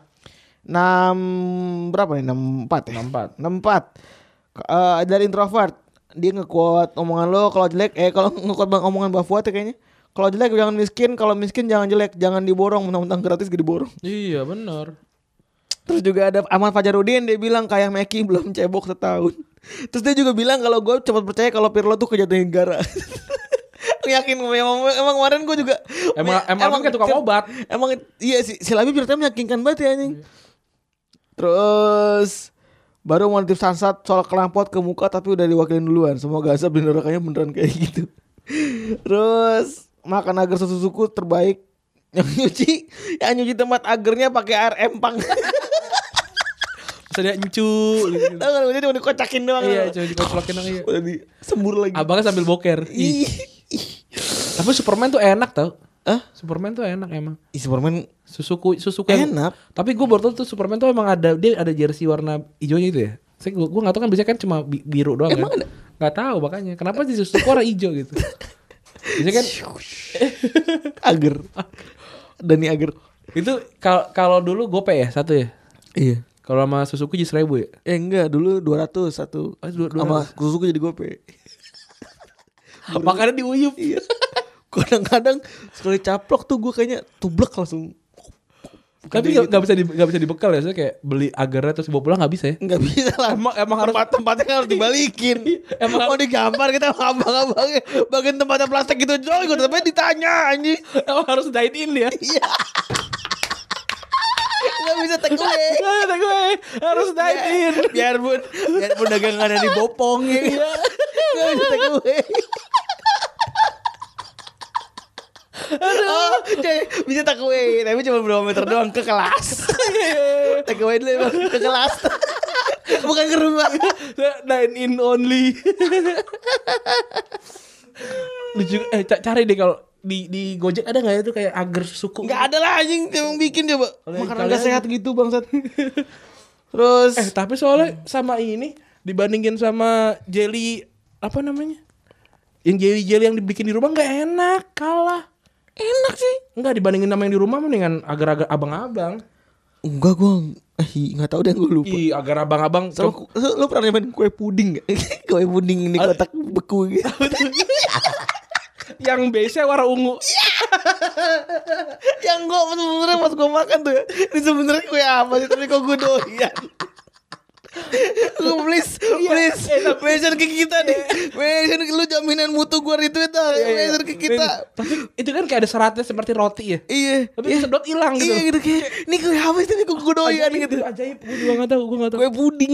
Speaker 2: 6 berapa nih? 64 ya? 64.
Speaker 3: 64.
Speaker 2: K- eh, dari introvert. Dia nge-quote omongan lo kalau jelek eh kalau nge-quote bang- omongan Mbak Fuad ya kayaknya. Kalau jelek jangan miskin, kalau miskin jangan jelek, jangan diborong, mentang-mentang gratis gede borong.
Speaker 3: iya benar
Speaker 2: Terus juga ada Ahmad Fajarudin dia bilang kayak Meki belum cebok setahun. Terus dia juga bilang kalau gue cepat percaya kalau Pirlo tuh kejadian negara. Yakin gue emang, emang kemarin gue juga
Speaker 3: Emang- emang Alvin kayak tukang obat.
Speaker 2: Emang iya si, si Labi ceritanya meyakinkan banget ya anjing. Terus baru mau nitip sansat soal kelampot ke muka tapi udah diwakilin duluan. Semoga azab di nerakanya beneran kayak gitu. Terus makan agar susu suku terbaik yang nyuci yang nyuci tempat agernya pakai air empang.
Speaker 3: bisa dia encu gitu.
Speaker 2: Tahu kan maksudnya cuma dikocakin doang.
Speaker 3: iya
Speaker 2: Tuh.
Speaker 3: coba dikocolokin dong, iya.
Speaker 2: Udah disembur lagi.
Speaker 3: abangnya sambil boker Ih,
Speaker 2: Ih.
Speaker 3: tapi Superman tuh enak tau
Speaker 2: Hah?
Speaker 3: Superman tuh enak emang
Speaker 2: Ih, Superman
Speaker 3: Susuku Susuku
Speaker 2: Enak.
Speaker 3: Tapi gue baru tau tuh Superman tuh emang ada dia ada jersey warna hijaunya itu ya. Saya gue gak tau kan biasanya kan cuma bi- biru doang
Speaker 2: Emang
Speaker 3: kan.
Speaker 2: ada?
Speaker 3: Gak tau makanya. Kenapa sih Susuku warna hijau gitu? Biasanya kan
Speaker 2: ager. Dani ager.
Speaker 3: itu kal- kalau dulu gope ya satu ya.
Speaker 2: Iya.
Speaker 3: Kalau sama Susuku jadi seribu ya.
Speaker 2: Eh enggak, dulu 200 satu.
Speaker 3: Oh, dua-
Speaker 2: Sama susuku jadi gope.
Speaker 3: Makanya diuyup.
Speaker 2: Iya. Kadang-kadang sekali caplok tuh gue kayaknya tublek langsung.
Speaker 3: Tapi gak, gak bisa di, gak bisa dibekal ya. Saya kayak beli agarnya terus bawa pulang gak bisa ya.
Speaker 2: Enggak bisa lah.
Speaker 3: Emang emang harus Iya,
Speaker 2: Tempat tempatnya kan harus dibalikin.
Speaker 3: Emang-
Speaker 2: Mau digambar kita sama abang-abangnya bagian tempatnya plastik gitu doang gue tapi ditanya anjing.
Speaker 3: emang harus dine in ya.
Speaker 2: Iya. Enggak bisa take away.
Speaker 3: Kata gue harus dine in. Iya.
Speaker 2: biarpun biarpun dagangan yang dibopong ya nggak bisa take away Oh, coy, bisa take away tapi cuma berapa meter doang ke kelas take away dulu emang ke kelas bukan ke rumah
Speaker 3: Dine in only. Lucu eh ca- cari deh kalau di di Gojek ada nggak ya tuh kayak agar suku?
Speaker 2: nggak ada lah anjing yang bikin coba
Speaker 3: Oleh
Speaker 2: makanan
Speaker 3: kalian.
Speaker 2: nggak sehat gitu bangsat terus
Speaker 3: Eh tapi soalnya sama ini dibandingin sama jelly apa namanya? Yang jelly jelly yang dibikin di rumah nggak enak kalah. Enak sih. Nggak dibandingin sama yang di rumah mendingan agar-agar abang-abang.
Speaker 2: enggak gue eh nggak tahu deh gue lupa
Speaker 3: Ih agar abang-abang.
Speaker 2: Sama,
Speaker 3: Coba-
Speaker 2: ku- lu pernah nyobain kue puding gak? kue puding ini kotak beku gitu.
Speaker 3: yang biasanya warna ungu.
Speaker 2: Iya, yang gue sebenarnya pas gue makan tuh ya, ini sebenarnya kue apa sih tapi kok gue doyan lu please
Speaker 3: Iya.
Speaker 2: please mention ke kita deh mention lu jaminan mutu gue
Speaker 3: Iya,
Speaker 2: retweet lah mention ke kita
Speaker 3: Tapi itu kan kayak ada seratnya seperti roti ya.
Speaker 2: iya
Speaker 3: Tapi
Speaker 2: iya.
Speaker 3: sedot hilang gitu.
Speaker 2: iya gitu kayak ini kue apa sih tapi kok gue doyan
Speaker 3: ajaib,
Speaker 2: gitu
Speaker 3: itu ajaib gue juga gak tahu gue gak tahu
Speaker 2: kue puding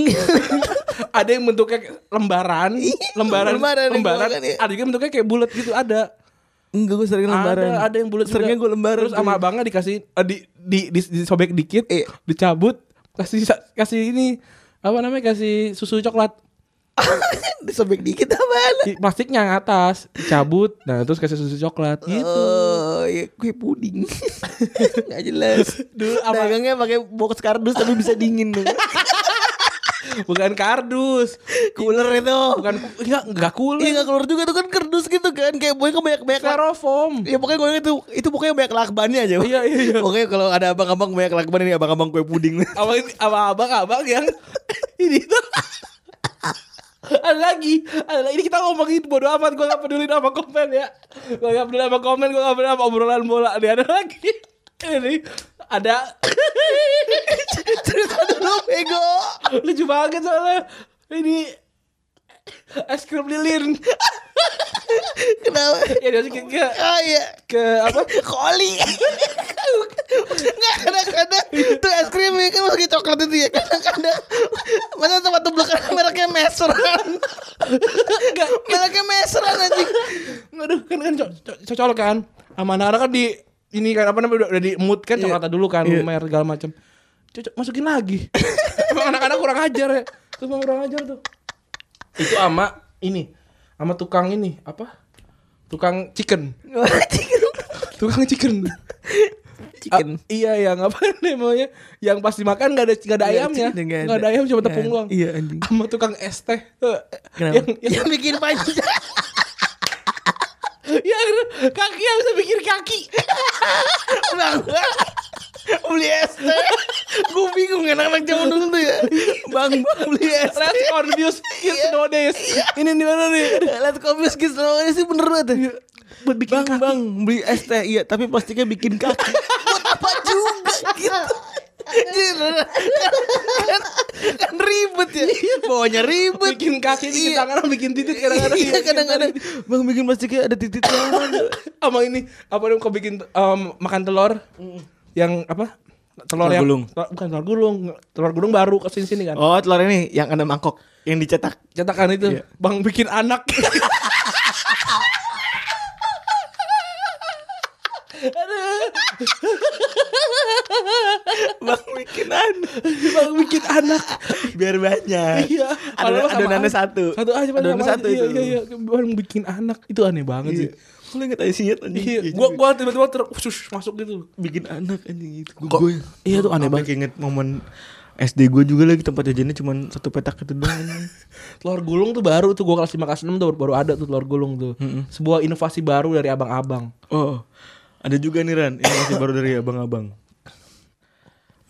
Speaker 3: ada yang bentuknya kayak lembaran lembaran
Speaker 2: Iya, Lembaran
Speaker 3: lembaran,
Speaker 2: yang gua makan, iya.
Speaker 3: ada juga yang bentuknya kayak bulat gitu ada
Speaker 2: enggak gue sering lembaran
Speaker 3: ada ada yang bulat
Speaker 2: seringnya
Speaker 3: juga.
Speaker 2: gue lembaran
Speaker 3: terus sama abangnya dikasih eh, di, di, di, disobek dikit
Speaker 2: Iya.
Speaker 3: dicabut kasih sa- kasih ini apa namanya kasih susu coklat
Speaker 2: disobek dikit apaan
Speaker 3: Di plastiknya yang atas dicabut nah terus kasih susu coklat gitu
Speaker 2: Oh, ya, kue puding. Gak jelas. Nah.
Speaker 3: Dulu apa-
Speaker 2: Dagangnya pakai box kardus tapi bisa dingin dong.
Speaker 3: bukan kardus
Speaker 2: Cooler itu.
Speaker 3: bukan enggak enggak
Speaker 2: Iya
Speaker 3: kulit
Speaker 2: nggak keluar juga tuh kan kerdus gitu kan kayak pokoknya banyak banyak
Speaker 3: styrofoam
Speaker 2: Ya pokoknya gue itu itu pokoknya banyak lakbannya aja.
Speaker 3: Iya, iya, iya.
Speaker 2: Pokoknya kalau ada abang-abang banyak lakban ini abang-abang kue puding.
Speaker 3: abang abang abang abang yang ini tuh ada lagi ada lagi. ini kita ngomongin bodo amat gue gak peduli sama komen ya gue gak peduli sama komen gue gak peduli sama obrolan bola nih ada lagi ini ada
Speaker 2: Cerita dulu bego.
Speaker 3: lucu banget soalnya ini es krim lilin
Speaker 2: Kenapa?
Speaker 3: ya dia ke, ke,
Speaker 2: Ah iya.
Speaker 3: ke apa
Speaker 2: Koli. Nggak kadang-kadang tuh es krim ini kan masukin coklat itu ya kadang-kadang masa tempat tublek kan mereknya meseran mereknya meseran anjing
Speaker 3: Aduh kan kan co- co- cocol kan sama anak-anak kan di ini kan apa namanya udah, udah di mood kan coklat dulu kan lumer segala macam. Cocok masukin lagi. Emang anak-anak kurang ajar ya. Terus emang kurang ajar tuh. Itu ama ini sama tukang ini apa? Tukang Oh, chicken. tukang chicken.
Speaker 2: Chicken.
Speaker 3: Ah, iya yang apa namanya? Yang pas dimakan gak ada gak ada
Speaker 2: Nggak ada
Speaker 3: ayamnya.
Speaker 2: chicken, nggak ada.
Speaker 3: Gak ada ayam cuma
Speaker 2: Nggak
Speaker 3: tepung
Speaker 2: ada.
Speaker 3: doang.
Speaker 2: Iya, anjing.
Speaker 3: Sama tukang es teh.
Speaker 2: Kenapa?
Speaker 3: Yang, yang, bikin panjang. ya kaki yang bisa bikin kaki
Speaker 2: bang beli es teh gue bingung anak-anak zaman dulu tuh ya Iya. bang bang beli es teh
Speaker 3: let's confuse kids nowadays ini di mana nih
Speaker 2: Let's go biscuit sama ini sih bener banget
Speaker 3: Iya.
Speaker 2: ya. Buat bikin bang, bang, beli es teh iya, tapi plastiknya bikin kaki. Buat apa juga gitu. Jadi, kan, kan, kan ribet ya Bawanya ribet
Speaker 3: bikin kaki bikin
Speaker 2: Iya.
Speaker 3: tangan bikin titik kadang-kadang
Speaker 2: Iya kadang-kadang Bang bikin plastiknya ada titiknya
Speaker 3: sama ini apa dong kau bikin em, makan telur yang apa telur,
Speaker 2: Telur
Speaker 3: yang
Speaker 2: gulung.
Speaker 3: telur- bukan telur gulung telur gulung baru kesini sini kan
Speaker 2: Oh telur ini yang ada mangkok Yang dicetak
Speaker 3: cetakan itu
Speaker 2: Iya.
Speaker 3: bang bikin anak
Speaker 2: Bang bikin anak
Speaker 3: bang bikin anak
Speaker 2: Biar banyak
Speaker 3: iya
Speaker 2: Ada
Speaker 3: padahal sama
Speaker 2: adonannya
Speaker 3: aja.
Speaker 2: satu
Speaker 3: satu aja padahal
Speaker 2: Adonannya
Speaker 3: sama
Speaker 2: satu
Speaker 3: aja.
Speaker 2: itu Iya.
Speaker 3: iya, iya, iya. Bang bikin anak itu aneh banget sih
Speaker 2: Lu inget isinya tadi
Speaker 3: Iya, gua gua tiba-tiba ter usus, masuk gitu.
Speaker 2: bikin anak anjing itu
Speaker 3: Kok-
Speaker 2: gue
Speaker 3: iya tuh aneh banget.
Speaker 2: inget momen SD gue juga lagi tempat jajannya cuma satu petak itu doang anjing.
Speaker 3: Telur gulung tuh baru tuh gua kelas 5 kelas 6 tuh baru, baru ada tuh telur gulung tuh. Sebuah inovasi baru dari abang-abang.
Speaker 2: oh ada juga nih Ran ini masih baru dari abang-abang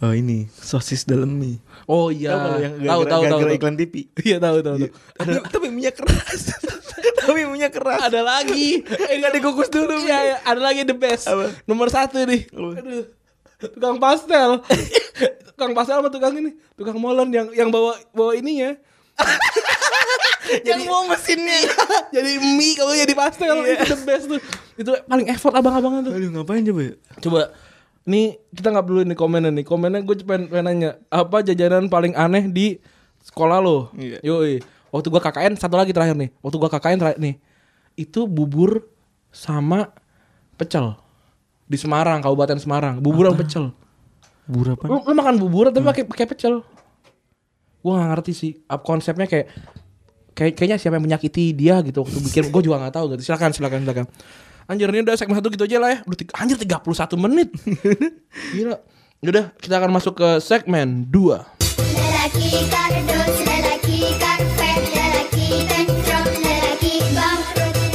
Speaker 2: oh ini sosis dalam mie
Speaker 3: Oh
Speaker 2: Tau nggak lu
Speaker 3: iya.
Speaker 2: yang
Speaker 3: Tahu
Speaker 2: gara-gara-
Speaker 3: tahu tahu.
Speaker 2: gara-gara
Speaker 3: tahu.
Speaker 2: iklan TV
Speaker 3: Iya tahu tahu tahu.
Speaker 2: tapi, tapi minyak keras tapi minyak keras
Speaker 3: Ada lagi. Eh enggak dikukus dulu. Iya, iya. ada lagi the best.
Speaker 2: Apa?
Speaker 3: Nomor satu nih. Aduh. Tukang pastel. tukang pastel sama tukang ini, tukang molen yang yang bawa bawa ininya.
Speaker 2: yang mau mesinnya Iya.
Speaker 3: jadi mie kalau jadi pastel itu the best tuh. Itu paling effort abang-abangan tuh.
Speaker 2: aduh ngapain coba ya
Speaker 3: Coba nih kita nggak perlu nih komennya nih. Komennya gue pengen, pengen nanya apa jajanan paling aneh di sekolah lo?
Speaker 2: Iya.
Speaker 3: Yoi. Waktu gua KKN satu lagi terakhir nih. Waktu gua KKN terakhir nih. Itu bubur sama pecel di Semarang, Kabupaten Semarang. Bubur sama pecel.
Speaker 2: bubur apa
Speaker 3: Lu, lu makan bubur tapi pakai pakai pecel. Gua nggak ngerti sih. Ap- Konsepnya kayak kayak kayaknya siapa yang menyakiti dia gitu waktu bikin gue juga nggak tahu gitu silakan silakan silakan anjir ini udah segmen satu gitu aja lah ya udah tiga, anjir 31 menit gila udah kita akan masuk ke segmen 2
Speaker 4: lucky कर दोस्त lucky कर पेट lucky control lucky बम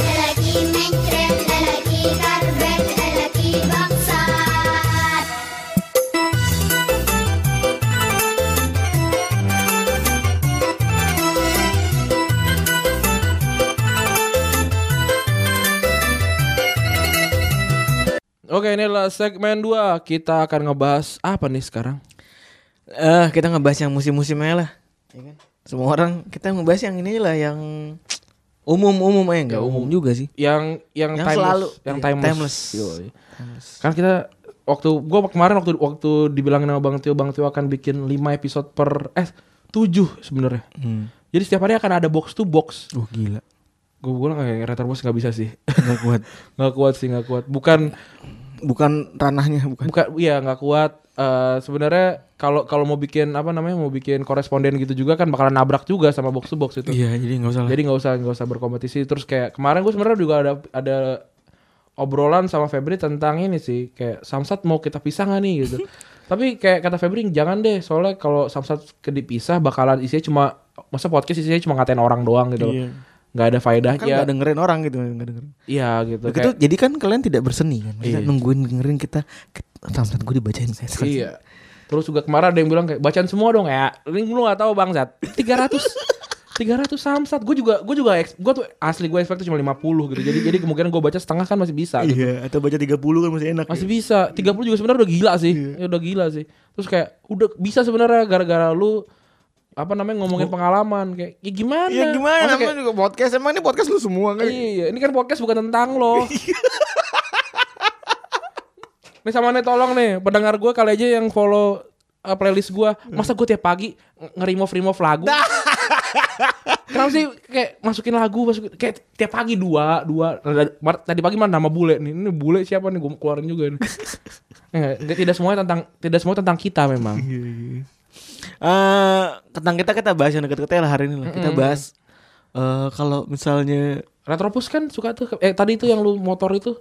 Speaker 4: lucky मेंट्रे lucky कर बेट lucky बक्सा
Speaker 3: oke ini adalah segmen 2 kita akan ngebahas apa nih sekarang
Speaker 2: Eh kita ngebahas yang musim-musimnya lah. Ya kan? Semua orang kita ngebahas yang ini lah yang umum-umum eh enggak umum juga sih.
Speaker 3: yang yang,
Speaker 2: Yang
Speaker 3: timeless,
Speaker 2: selalu.
Speaker 3: yang
Speaker 2: Iya,
Speaker 3: timeless,
Speaker 2: timeless.
Speaker 3: Yoi. Karena kita waktu gua kemarin waktu waktu dibilangin sama Bang Tio, Bang Tio akan bikin 5 episode per eh 7 sebenarnya.
Speaker 2: Hmm.
Speaker 3: Jadi setiap hari akan ada box to box.
Speaker 2: Oh gila.
Speaker 3: Gue bilang kayak Retar Box nggak bisa sih.
Speaker 2: Enggak kuat.
Speaker 3: nggak kuat sih, nggak kuat. Bukan
Speaker 2: Bukan ranahnya bukan.
Speaker 3: bukan iya nggak kuat. Eh sebenarnya kalau kalau mau bikin apa namanya mau bikin koresponden gitu juga kan bakalan nabrak juga sama box to box itu.
Speaker 2: Iya, jadi enggak usah lah.
Speaker 3: Jadi nggak usah nggak usah berkompetisi. Terus kayak kemarin gue sebenarnya juga ada ada obrolan sama Febri tentang ini sih kayak Samsat mau kita pisah nggak nih gitu. Tapi kayak kata Febri jangan deh soalnya kalau Samsat ke- dipisah bakalan isinya cuma masa podcast isinya cuma ngatain orang doang gitu.
Speaker 2: Iya.
Speaker 3: Nggak ada
Speaker 2: kan
Speaker 3: faedahnya.
Speaker 2: enggak dengerin orang gitu, enggak dengerin.
Speaker 3: Iya gitu.
Speaker 2: Begitu
Speaker 3: Kayak-
Speaker 2: jadi kan kalian tidak berseni kan. Kita
Speaker 3: Iya.
Speaker 2: nungguin dengerin kita oh, Samsat gue dibacain guys.
Speaker 3: Iya. Terus juga kemarin ada yang bilang kayak bacaan semua dong ya. Link lu gak tahu Bang Zat. 300 300 samsat. Gue juga gue juga eks- gue tuh asli gue expect cuma 50 gitu. Jadi jadi kemungkinan gue baca setengah kan masih bisa gitu.
Speaker 2: Iya, atau baca 30 kan masih enak. Iya.
Speaker 3: Masih bisa. 30 juga sebenarnya udah gila sih. Ya udah gila sih. Terus kayak udah bisa sebenarnya gara-gara lu apa namanya ngomongin pengalaman kayak ya gimana?
Speaker 2: Iya gimana?
Speaker 3: Masa
Speaker 2: Namanya
Speaker 3: kayak,
Speaker 2: juga podcast. Emang ini podcast lu semua kan?
Speaker 3: iya, ini kan podcast bukan tentang lo. Nah Nih sama nih tolong nih pendengar gue kali aja yang follow uh, playlist gue. Masa gue tiap pagi nge- nge-remove remove lagu. Kenapa sih kayak masukin lagu masukin kayak tiap pagi dua dua Nah, mar- tadi pagi mana nama bule nih ini bule siapa nih gue keluarin juga nih Eh, nggak, tidak semuanya tentang tidak semua tentang kita memang
Speaker 2: Eh, tentang kita kita bahas yang deket-deket ya lah hari ini lah. Kita bahas eh, kalau misalnya
Speaker 3: Retropus kan suka tuh eh tadi itu yang lu motor itu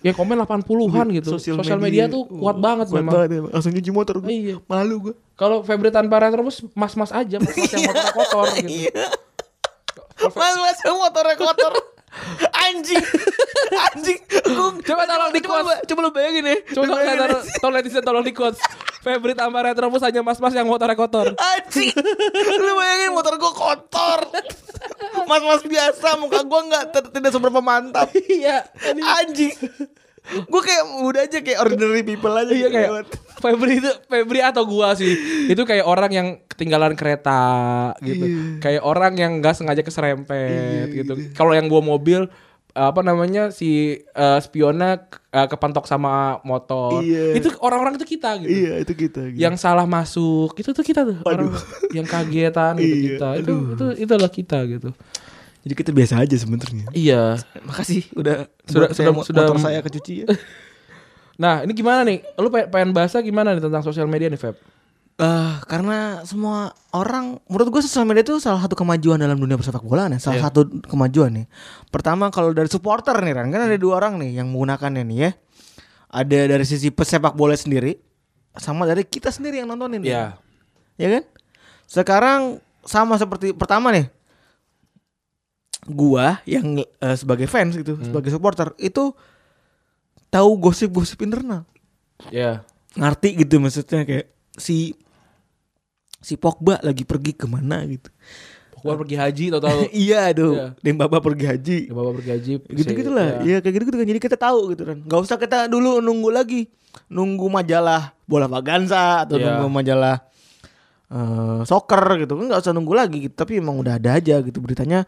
Speaker 3: ya komen 80-an gitu sosial, media, tuh kuat banget
Speaker 2: kuat
Speaker 3: memang
Speaker 2: banget ya. Langsung nyuci motor gue.
Speaker 3: Iya.
Speaker 2: Malu gue.
Speaker 3: Kalau Febri tanpa Retropus mas-mas aja mas-mas
Speaker 2: Iya.
Speaker 3: yang kotor-kotor gitu
Speaker 2: Mas mas motornya kotor. Anjing. Anjing. Gua-
Speaker 3: Coba tolong di
Speaker 2: Coba,
Speaker 3: quotes.
Speaker 2: coba lu bayangin ya.
Speaker 3: Coba
Speaker 2: Lu
Speaker 3: tolong
Speaker 2: bayangin
Speaker 3: taruh-
Speaker 2: ya.
Speaker 3: tolong netizen tolong di quotes Febri tanpa Retropus hanya mas-mas yang motornya kotor
Speaker 2: Anjing. Lu bayangin motor gue kotor. Mas-mas biasa muka gue nggak ter- tidak seberapa mantap.
Speaker 3: Iya
Speaker 2: Anjing. Gue kayak udah aja kayak ordinary people aja gitu,
Speaker 3: Iya kayak Febri itu Febri atau gua sih itu kayak orang yang ketinggalan kereta gitu
Speaker 2: Iya.
Speaker 3: kayak orang yang nggak sengaja keserempet gitu kalau yang gua mobil apa namanya si eh, spiona eh, kepentok sama motor
Speaker 2: Iya.
Speaker 3: itu orang-orang itu kita gitu
Speaker 2: Iya itu kita. gitu.
Speaker 3: yang salah masuk itu tuh kita tuh orang yang kagetan gitu
Speaker 2: Iya,
Speaker 3: kita itu itu itulah kita gitu
Speaker 2: Jadi kita biasa aja sebenarnya.
Speaker 3: iya
Speaker 2: Makasih udah
Speaker 3: Sudah-
Speaker 2: buat saya
Speaker 3: sudah-
Speaker 2: mo-
Speaker 3: sudah-
Speaker 2: motor saya kecuci ya.
Speaker 3: nah ini gimana nih lu pe- pengen bahasa gimana nih tentang sosial media nih Feb
Speaker 2: Eh, karena semua orang menurut gue sosial media itu salah satu kemajuan dalam dunia persepak bolaan ya. Salah satu kemajuan nih. Pertama kalau dari supporter nih Ran, kan ada dua orang nih yang menggunakannya nih ya. Ada dari sisi pesepak bola sendiri sama dari kita sendiri yang nontonin.
Speaker 3: Iya.
Speaker 2: Ya kan? Sekarang sama seperti pertama nih. Gua yang eh, sebagai fans gitu, sebagai supporter itu tahu gosip-gosip internal
Speaker 3: ya
Speaker 2: ngerti gitu maksudnya kayak si si Pogba lagi pergi kemana gitu
Speaker 3: gua pergi haji atau tahu
Speaker 2: iya
Speaker 3: Iya.
Speaker 2: aduh Dembaba pergi haji
Speaker 3: Ya, bapak bergaji
Speaker 2: gitu gitulah ya
Speaker 3: ya.
Speaker 2: kayak gitu gitu kan jadi kita tahu gitu kan nggak usah kita dulu nunggu lagi nunggu majalah bola vaganza atau
Speaker 3: Iya.
Speaker 2: nunggu majalah eh, soccer gitu kan nggak usah nunggu lagi gitu tapi emang udah ada aja gitu beritanya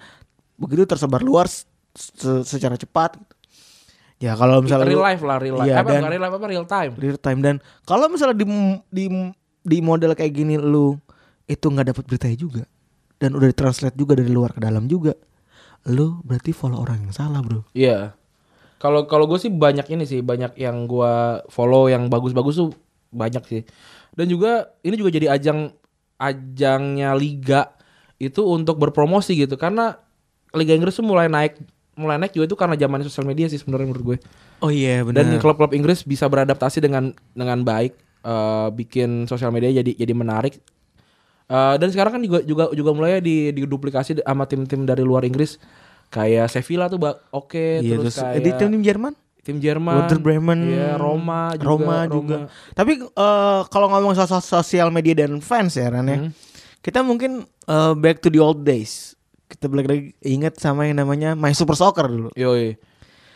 Speaker 2: begitu tersebar luar se- se- secara cepat gitu. ya kalau misalnya
Speaker 3: real
Speaker 2: lu-
Speaker 3: life lah real life
Speaker 2: Iya,
Speaker 3: apa
Speaker 2: dan-
Speaker 3: bukan real life apa real time
Speaker 2: real time dan kalau misalnya di di di model kayak gini lu itu nggak dapat beritanya juga dan udah ditranslate juga dari luar ke dalam juga lu berarti follow orang yang salah bro
Speaker 3: iya kalau kalau gue sih banyak ini sih banyak yang gue follow yang bagus-bagus tuh banyak sih dan juga ini juga jadi ajang ajangnya liga itu untuk berpromosi gitu karena liga Inggris tuh mulai naik mulai naik juga itu karena zaman sosial media sih sebenarnya menurut gue
Speaker 2: oh iya
Speaker 3: dan klub-klub Inggris bisa beradaptasi dengan dengan baik eh, bikin sosial media jadi jadi menarik Eh, dan sekarang kan juga juga juga mulai di diduplikasi sama tim-tim dari luar Inggris kayak Sevilla tuh ba- oke
Speaker 2: iya,
Speaker 3: terus,
Speaker 2: terus,
Speaker 3: kayak
Speaker 2: di tim tim Jerman
Speaker 3: tim Jerman
Speaker 2: Werder Bremen
Speaker 3: iya, Roma juga
Speaker 2: Roma juga tapi eh, kalau ngomong soal soal sosial media dan fans ya Ran ya, kita mungkin eh, back to the old days kita balik lagi ingat sama yang namanya My Super Soccer dulu
Speaker 3: Yoi.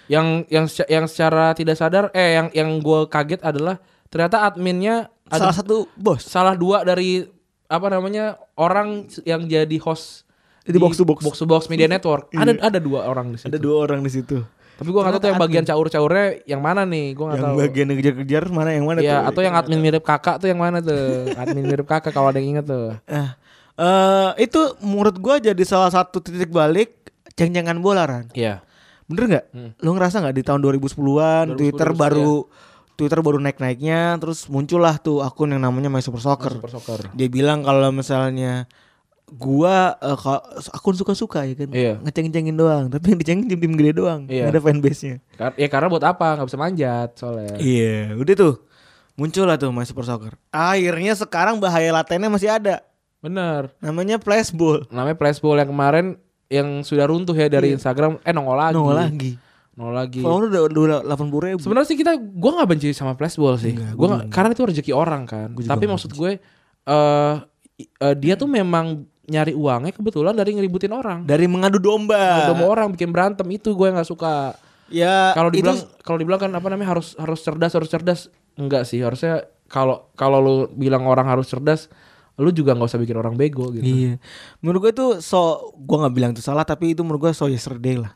Speaker 3: Yang yang seca- yang secara tidak sadar eh yang yang gue kaget adalah ternyata adminnya ada
Speaker 2: salah satu bos
Speaker 3: salah dua dari apa namanya orang yang jadi host
Speaker 2: Di box to box. Iya.
Speaker 3: box to box media network ada ada dua orang di situ
Speaker 2: ada dua orang di situ
Speaker 3: tapi gua nggak tahu tuh yang bagian caur-caurnya yang mana nih gua nggak
Speaker 2: yang
Speaker 3: tahu
Speaker 2: bagian yang kejar-kejar mana yang mana
Speaker 3: ya
Speaker 2: tuh?
Speaker 3: atau yang admin mirip kakak tuh yang mana tuh admin mirip kakak kalau ada yang inget tuh
Speaker 2: Ah, eh, itu menurut gua jadi salah satu titik balik ceng-cengan bola Ran.
Speaker 3: Iya
Speaker 2: Bener nggak?
Speaker 3: Hmm.
Speaker 2: Lu ngerasa nggak di tahun 2010-an Twitter
Speaker 3: iya.
Speaker 2: baru Twitter baru naik-naiknya terus muncullah tuh akun yang namanya My Super Soccer.
Speaker 3: super soccer
Speaker 2: Dia bilang kalau misalnya gua eh, kalau- akun suka-suka ya kan
Speaker 3: Iya.
Speaker 2: ngeceng-cengin doang tapi yang dicengin tim-tim gede doang
Speaker 3: Iya.
Speaker 2: nggak ada fanbase-nya
Speaker 3: Kar- ya karena buat apa nggak bisa manjat soalnya
Speaker 2: Iya, udah tuh. Muncul lah tuh My Super Soccer. Akhirnya sekarang bahaya latennya masih ada.
Speaker 3: bener
Speaker 2: Namanya flashball.
Speaker 3: namanya flashball yang kemarin yang sudah runtuh ya dari Instagram eh nongol lagi
Speaker 2: Nol Iya. lagi.
Speaker 3: nol lagi
Speaker 2: Follower udah udah delapan puluh ribu.
Speaker 3: Hmm. Sebenarnya sih kita gua nggak benci sama flashball sih. gua nggak- karena itu rezeki orang kan. Tapi maksud gue eh i- eh, dia tuh memang nyari uangnya kebetulan dari ngeributin orang.
Speaker 2: Dari mengadu domba.
Speaker 3: Udah mau orang bikin berantem itu gue nggak suka.
Speaker 2: Ya
Speaker 3: Kalau
Speaker 2: itu
Speaker 3: dibilang kalau dibilang kan apa namanya harus harus cerdas harus cerdas enggak sih harusnya kalau kalau lu bilang orang harus cerdas lu juga nggak usah bikin orang bego gitu.
Speaker 2: Iya. Menurut gue tuh so gua nggak bilang itu salah tapi itu menurut gue so yesterday lah.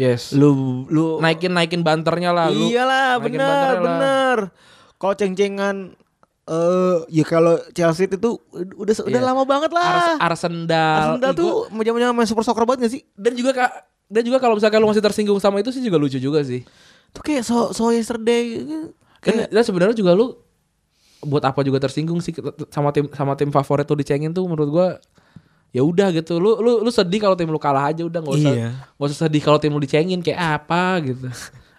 Speaker 3: Yes.
Speaker 2: Lu lu ah,
Speaker 3: Naikin naikin banternya lah lu.
Speaker 2: Iyalah
Speaker 3: naikin
Speaker 2: bener
Speaker 3: banternya lah.
Speaker 2: bener. Kalau ceng-cengan eh ya kalau Chelsea itu udah udah
Speaker 3: Iya.
Speaker 2: lama banget
Speaker 3: Ars-
Speaker 2: lah.
Speaker 3: Arsendal.
Speaker 2: Arsenal
Speaker 3: Ih,
Speaker 2: tuh
Speaker 3: gua-
Speaker 2: mau zaman main super soccer banget gak sih?
Speaker 3: dan juga kak dan juga kalau misalkan lu masih tersinggung sama itu sih juga lucu juga sih.
Speaker 2: Tuh kayak so so yesterday. Iya.
Speaker 3: Dan, Kan dan sebenarnya juga lu buat apa juga tersinggung sih sama tim sama tim favorit tuh dicengin tuh menurut gua ya udah gitu. Lu lu lu sedih kalau tim lu kalah aja udah nggak usah
Speaker 2: Iya.
Speaker 3: nggak usah sedih kalau tim lu dicengin kayak apa gitu.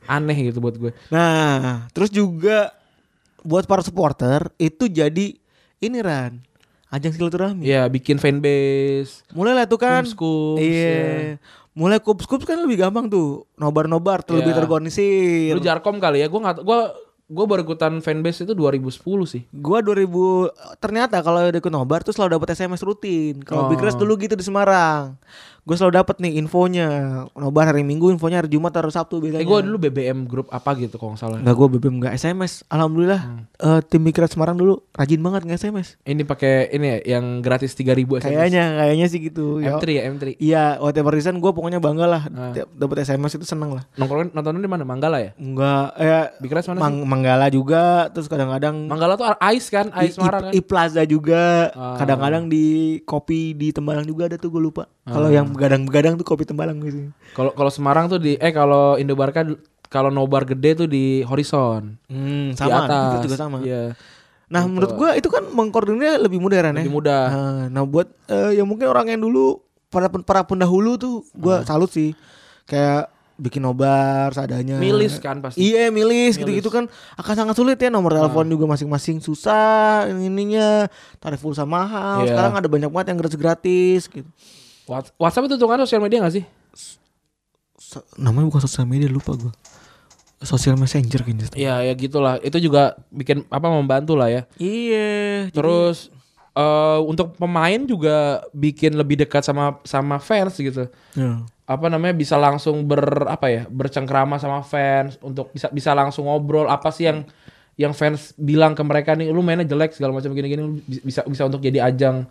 Speaker 3: Aneh gitu buat gue.
Speaker 2: Nah, terus juga buat para supporter itu jadi ini Ran ajang silaturahmi.
Speaker 3: Ya bikin fanbase.
Speaker 2: Mulai lah tuh kan.
Speaker 3: Kups-kups, ya.
Speaker 2: Iya. Mulai kups-kups kan lebih gampang tuh. Nobar-nobar tuh lebih
Speaker 3: Iya.
Speaker 2: terorganisir.
Speaker 3: Lu jarkom kali ya? Gue nggak, gue gue baru ikutan fanbase itu 2010 sih.
Speaker 2: Gua 2000 ternyata kalau udah ikut nobar tuh selalu dapat SMS rutin. Kalau Big
Speaker 3: Oh.
Speaker 2: Rest dulu gitu di Semarang. Gue selalu dapat nih infonya. Nobar hari Minggu, infonya hari Jumat, hari Sabtu biasanya.
Speaker 3: Eh gue dulu BBM grup apa gitu kalau nggak salah.
Speaker 2: Enggak gue BBM enggak SMS. Alhamdulillah
Speaker 3: Hmm.
Speaker 2: eh, tim Big Rest Semarang dulu rajin banget nge SMS.
Speaker 3: Ini pakai ini ya yang gratis 3000 SMS.
Speaker 2: Kayaknya kayaknya sih gitu. Ya,
Speaker 3: M3 ya M3.
Speaker 2: Iya, whatever reason gue pokoknya bangga lah
Speaker 3: Ah.
Speaker 2: Tiap dapat SMS itu seneng lah.
Speaker 3: Nongkrongin nontonnya di mana? Manggala ya?
Speaker 2: Enggak eh
Speaker 3: Big Rest mana sih?
Speaker 2: Mang- Manggala juga terus kadang-kadang
Speaker 3: Manggala tuh Ais kan,
Speaker 2: I,
Speaker 3: Ais Semarang kan.
Speaker 2: I- I Plaza juga
Speaker 3: Ah.
Speaker 2: kadang-kadang di kopi di Tembalang juga ada tuh gue lupa kalau
Speaker 3: Ah.
Speaker 2: yang begadang-begadang tuh kopi Tembalang gitu
Speaker 3: Kalau kalau Semarang tuh di eh kalau Indobarka kalau nobar gede tuh di Horizon.
Speaker 2: hmm,
Speaker 3: di atas.
Speaker 2: itu juga sama
Speaker 3: Iya.
Speaker 2: nah menurut gue itu kan mengkoordinirnya lebih mudah Ran, ya
Speaker 3: Lebih mudah.
Speaker 2: nah, nah, buat eh, ya mungkin orang yang dulu para pen- para pendahulu tuh gue
Speaker 3: Ah.
Speaker 2: salut sih kayak bikin nobar seadanya
Speaker 3: Milis kan pasti. Nah.
Speaker 2: Iya milis gitu-gitu kan akan sangat sulit ya nomor telepon juga masing-masing susah ini ininya tarif pulsa mahal
Speaker 3: Iya.
Speaker 2: sekarang ada banyak banget yang gratis-gratis gitu
Speaker 3: What- WhatsApp itu hitungan sosial media gak sih?
Speaker 2: So- namanya bukan sosial media lupa gue social messenger kayaknya
Speaker 3: Iya, ya gitulah. Itu juga bikin apa membantu lah ya.
Speaker 2: iya
Speaker 3: Terus eh untuk pemain juga bikin lebih dekat sama sama fans gitu. Apa namanya bisa langsung ber apa ya bercengkrama sama fans untuk bisa bisa langsung ngobrol apa sih yang yang fans bilang ke mereka nih lu mainnya jelek segala macam gini-gini lu bi- bisa bisa untuk jadi ajang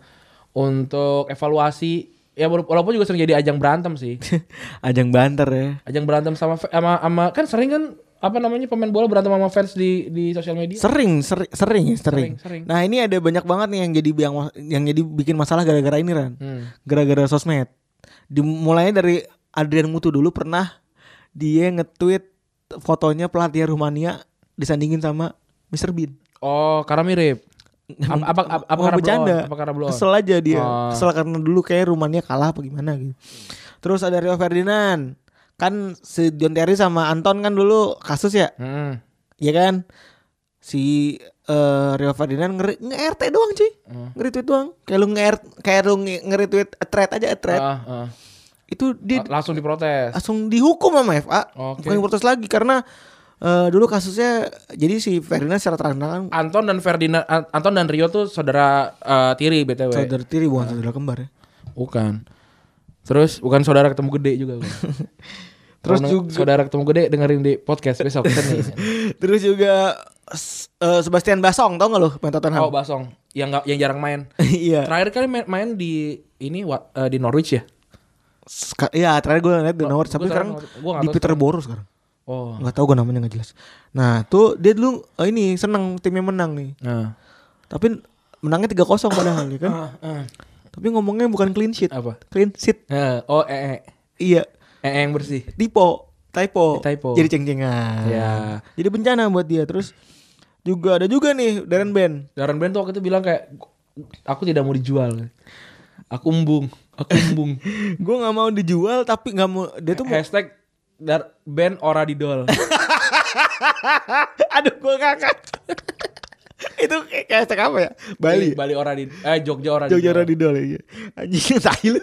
Speaker 3: untuk evaluasi ya wala- walaupun juga sering jadi ajang berantem sih
Speaker 2: ajang banter ya
Speaker 3: ajang berantem sama fa- sama, sama kan sering kan apa namanya pemain bola berantem sama fans di di sosial media
Speaker 2: sering sering sering ya, sering.
Speaker 3: Iya. Sering, sering.
Speaker 2: nah ini ada banyak banget nih yang jadi yang, yang jadi bikin masalah gara-gara ini ran
Speaker 3: Hmm.
Speaker 2: gara-gara sosmed dimulainya dari Adrian Mutu dulu pernah dia nge-tweet fotonya pelatih Rumania disandingin sama Mr Bean
Speaker 3: oh karena mirip apa apa apa, apa
Speaker 2: Mau
Speaker 3: karena
Speaker 2: Oh, bercanda.
Speaker 3: blow on? apa karena blow on?
Speaker 2: Kesel aja dia.
Speaker 3: Oh.
Speaker 2: Kesel karena dulu kayak rumahnya kalah apa gimana gitu. Terus ada Rio Ferdinand. Kan si Dion Terry sama Anton kan dulu kasus ya.
Speaker 3: Hmm.
Speaker 2: Iya kan? Si eh, Rio Ferdinand nge, rt doang cuy.
Speaker 3: Hmm.
Speaker 2: Nge-retweet doang. Kayak lu nge kayak lu nge- nge-retweet a thread aja a thread.
Speaker 3: Ah, ah.
Speaker 2: Itu dia
Speaker 3: La- langsung diprotes.
Speaker 2: Eh, langsung dihukum sama FA.
Speaker 3: Oke.
Speaker 2: Bukan diprotes lagi karena eh, dulu kasusnya jadi si Ferdinand secara terang-terangan
Speaker 3: Anton dan Ferdinand An- Anton dan Rio tuh saudara eh, tiri BTW.
Speaker 2: saudara tiri bukan saudara kembar ya.
Speaker 3: Bukan. Terus bukan saudara ketemu gede juga. bukan.
Speaker 2: Terus
Speaker 3: Kalau
Speaker 2: juga- Iya.
Speaker 3: saudara ketemu gede dengerin di podcast besok. Kan nih.
Speaker 2: Terus juga s- eh, Sebastian Basong tau gak lo main Tottenham?
Speaker 3: oh, Basong yang nggak yang jarang main.
Speaker 2: iya.
Speaker 3: Terakhir kali main, main di ini wa- eh, di Norwich ya.
Speaker 2: Ska- Iya terakhir gue ngeliat di nomor
Speaker 3: gua
Speaker 2: tapi sekarang
Speaker 3: terakhir ngeliat- gua nggak
Speaker 2: di
Speaker 3: tahu
Speaker 2: Peter Boro sekarang.
Speaker 3: Oh.
Speaker 2: Gak tau gue namanya gak jelas. Nah tuh dia dulu eh, ini seneng timnya menang nih.
Speaker 3: Nah,
Speaker 2: Tapi menangnya 3-0 padahal ya kan. tapi ngomongnya bukan clean sheet.
Speaker 3: Apa?
Speaker 2: Clean sheet.
Speaker 3: Eh, oh eh eh.
Speaker 2: Iya.
Speaker 3: Eh, eh, yang bersih.
Speaker 2: Typo. Typo.
Speaker 3: Typo.
Speaker 2: Jadi ceng-cengan.
Speaker 3: Iya.
Speaker 2: Jadi bencana buat dia. Terus juga ada juga nih Darren Ben.
Speaker 3: Darren Brand tuh waktu itu bilang kayak aku tidak mau dijual. Aku embung, aku embung.
Speaker 2: gue gak mau dijual tapi gak mau. Dia tuh mau
Speaker 3: Hashtag dar band ora didol.
Speaker 2: Aduh gue ngakak Itu kayak kayak hashtag apa ya Bali ya?
Speaker 3: Bali ora di eh Jogja ora
Speaker 2: Jogja Radidol
Speaker 3: didol.
Speaker 2: ya Anjing tai lu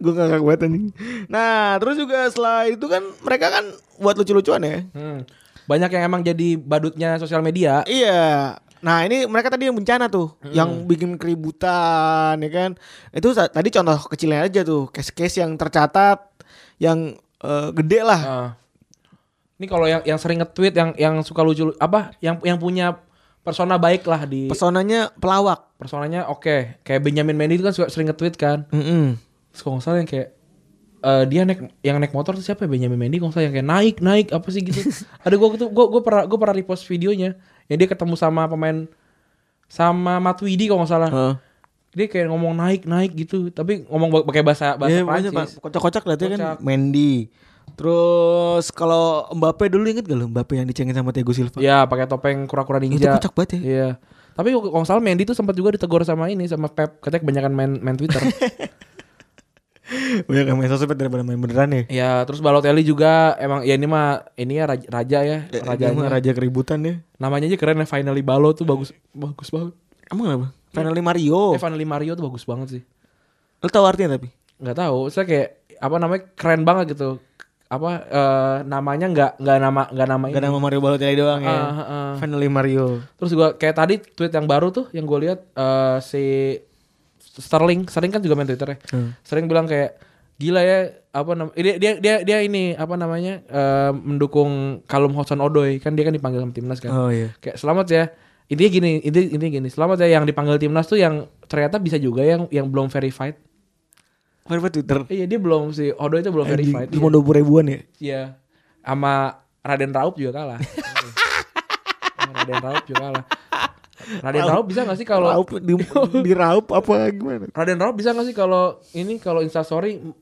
Speaker 2: Gue ngakak banget anjing Nah terus juga setelah itu kan Mereka kan buat lucu-lucuan ya
Speaker 3: Hmm. Banyak yang emang jadi badutnya sosial media.
Speaker 2: Iya Nah ini mereka tadi yang bencana tuh
Speaker 3: Hmm.
Speaker 2: Yang bikin keributan ya kan Itu sa- tadi contoh kecilnya aja tuh Case-case yang tercatat Yang eh, gede lah
Speaker 3: Ah. Ini kalau yang yang sering nge-tweet yang yang suka lucu apa yang yang punya persona baik lah di
Speaker 2: Pesonanya pelawak
Speaker 3: personanya oke. Kayak Benjamin Mendy itu kan suka sering nge-tweet kan.
Speaker 2: Mm-mm.
Speaker 3: Terus kalau nggak salah yang kayak eh, dia naik yang naik motor tuh siapa ya Benjamin Mendy kalau nggak salah yang kayak naik naik apa sih gitu. Ada gua gitu gua gua pernah gua pernah repost videonya. Yang dia ketemu sama pemain sama Matuidi kalau nggak salah.
Speaker 2: Heeh.
Speaker 3: Dia kayak ngomong naik naik gitu, tapi ngomong pakai bahasa
Speaker 2: Ya,
Speaker 3: bahasa
Speaker 2: pokoknya Pak-
Speaker 3: Prancis.
Speaker 2: kocak-kocak liatnya kan
Speaker 3: Kocak.
Speaker 2: Mendy. Terus kalau Mbappe dulu inget gak lo Mbappe yang dicengin sama Thiago Silva?
Speaker 3: Iya, pakai topeng kura-kura
Speaker 2: Itu
Speaker 3: ninja.
Speaker 2: kocak banget ya.
Speaker 3: Iya. Tapi kalau nggak salah Mendy tuh sempat juga ditegur sama ini sama Pep, katanya kebanyakan main main Twitter.
Speaker 2: Banyak yang main sosmed daripada main beneran ya.
Speaker 3: ya, terus Balotelli juga emang ya ini mah ini ya raja, raja ya,
Speaker 2: Dia mah
Speaker 3: rajanya.
Speaker 2: raja keributan ya.
Speaker 3: Namanya aja keren ya Finally Balo tuh bagus bagus banget.
Speaker 2: Emang kenapa? Finally Mario.
Speaker 3: Eh, Finally Mario tuh bagus banget sih.
Speaker 2: Lo tau artinya tapi?
Speaker 3: Nggak tahu, saya kayak apa namanya keren banget gitu. Apa eh, namanya nggak nggak nama nggak nama ini.
Speaker 2: Gak nama Mario Balotelli doang ya.
Speaker 3: Ah, ah, ah.
Speaker 2: Finally Mario.
Speaker 3: Terus gua kayak tadi tweet yang baru tuh yang gue lihat eh, si Sterling, Sterling kan juga main Twitter ya.
Speaker 2: Hmm.
Speaker 3: Sterling bilang kayak gila ya apa namanya dia dia dia, dia ini apa namanya eh, mendukung Kalum Hudson Odoi kan dia kan dipanggil sama timnas kan.
Speaker 2: Oh iya.
Speaker 3: Kayak selamat ya. Intinya gini, intinya, intinya gini, selamat ya yang dipanggil timnas tuh yang ternyata bisa juga yang yang belum verified.
Speaker 2: Kenapa Twitter?
Speaker 3: Iya, dia belum si Odoi itu belum verified.
Speaker 2: Cuma dua puluh ribuan ya.
Speaker 3: Iya. Sama Raden Raup juga kalah. Sama Raden Raup juga kalah. Raden Raup bisa gak sih kalau
Speaker 2: Raup di, di raup apa gimana?
Speaker 3: Raden Raup bisa gak sih kalau ini kalau instastory m-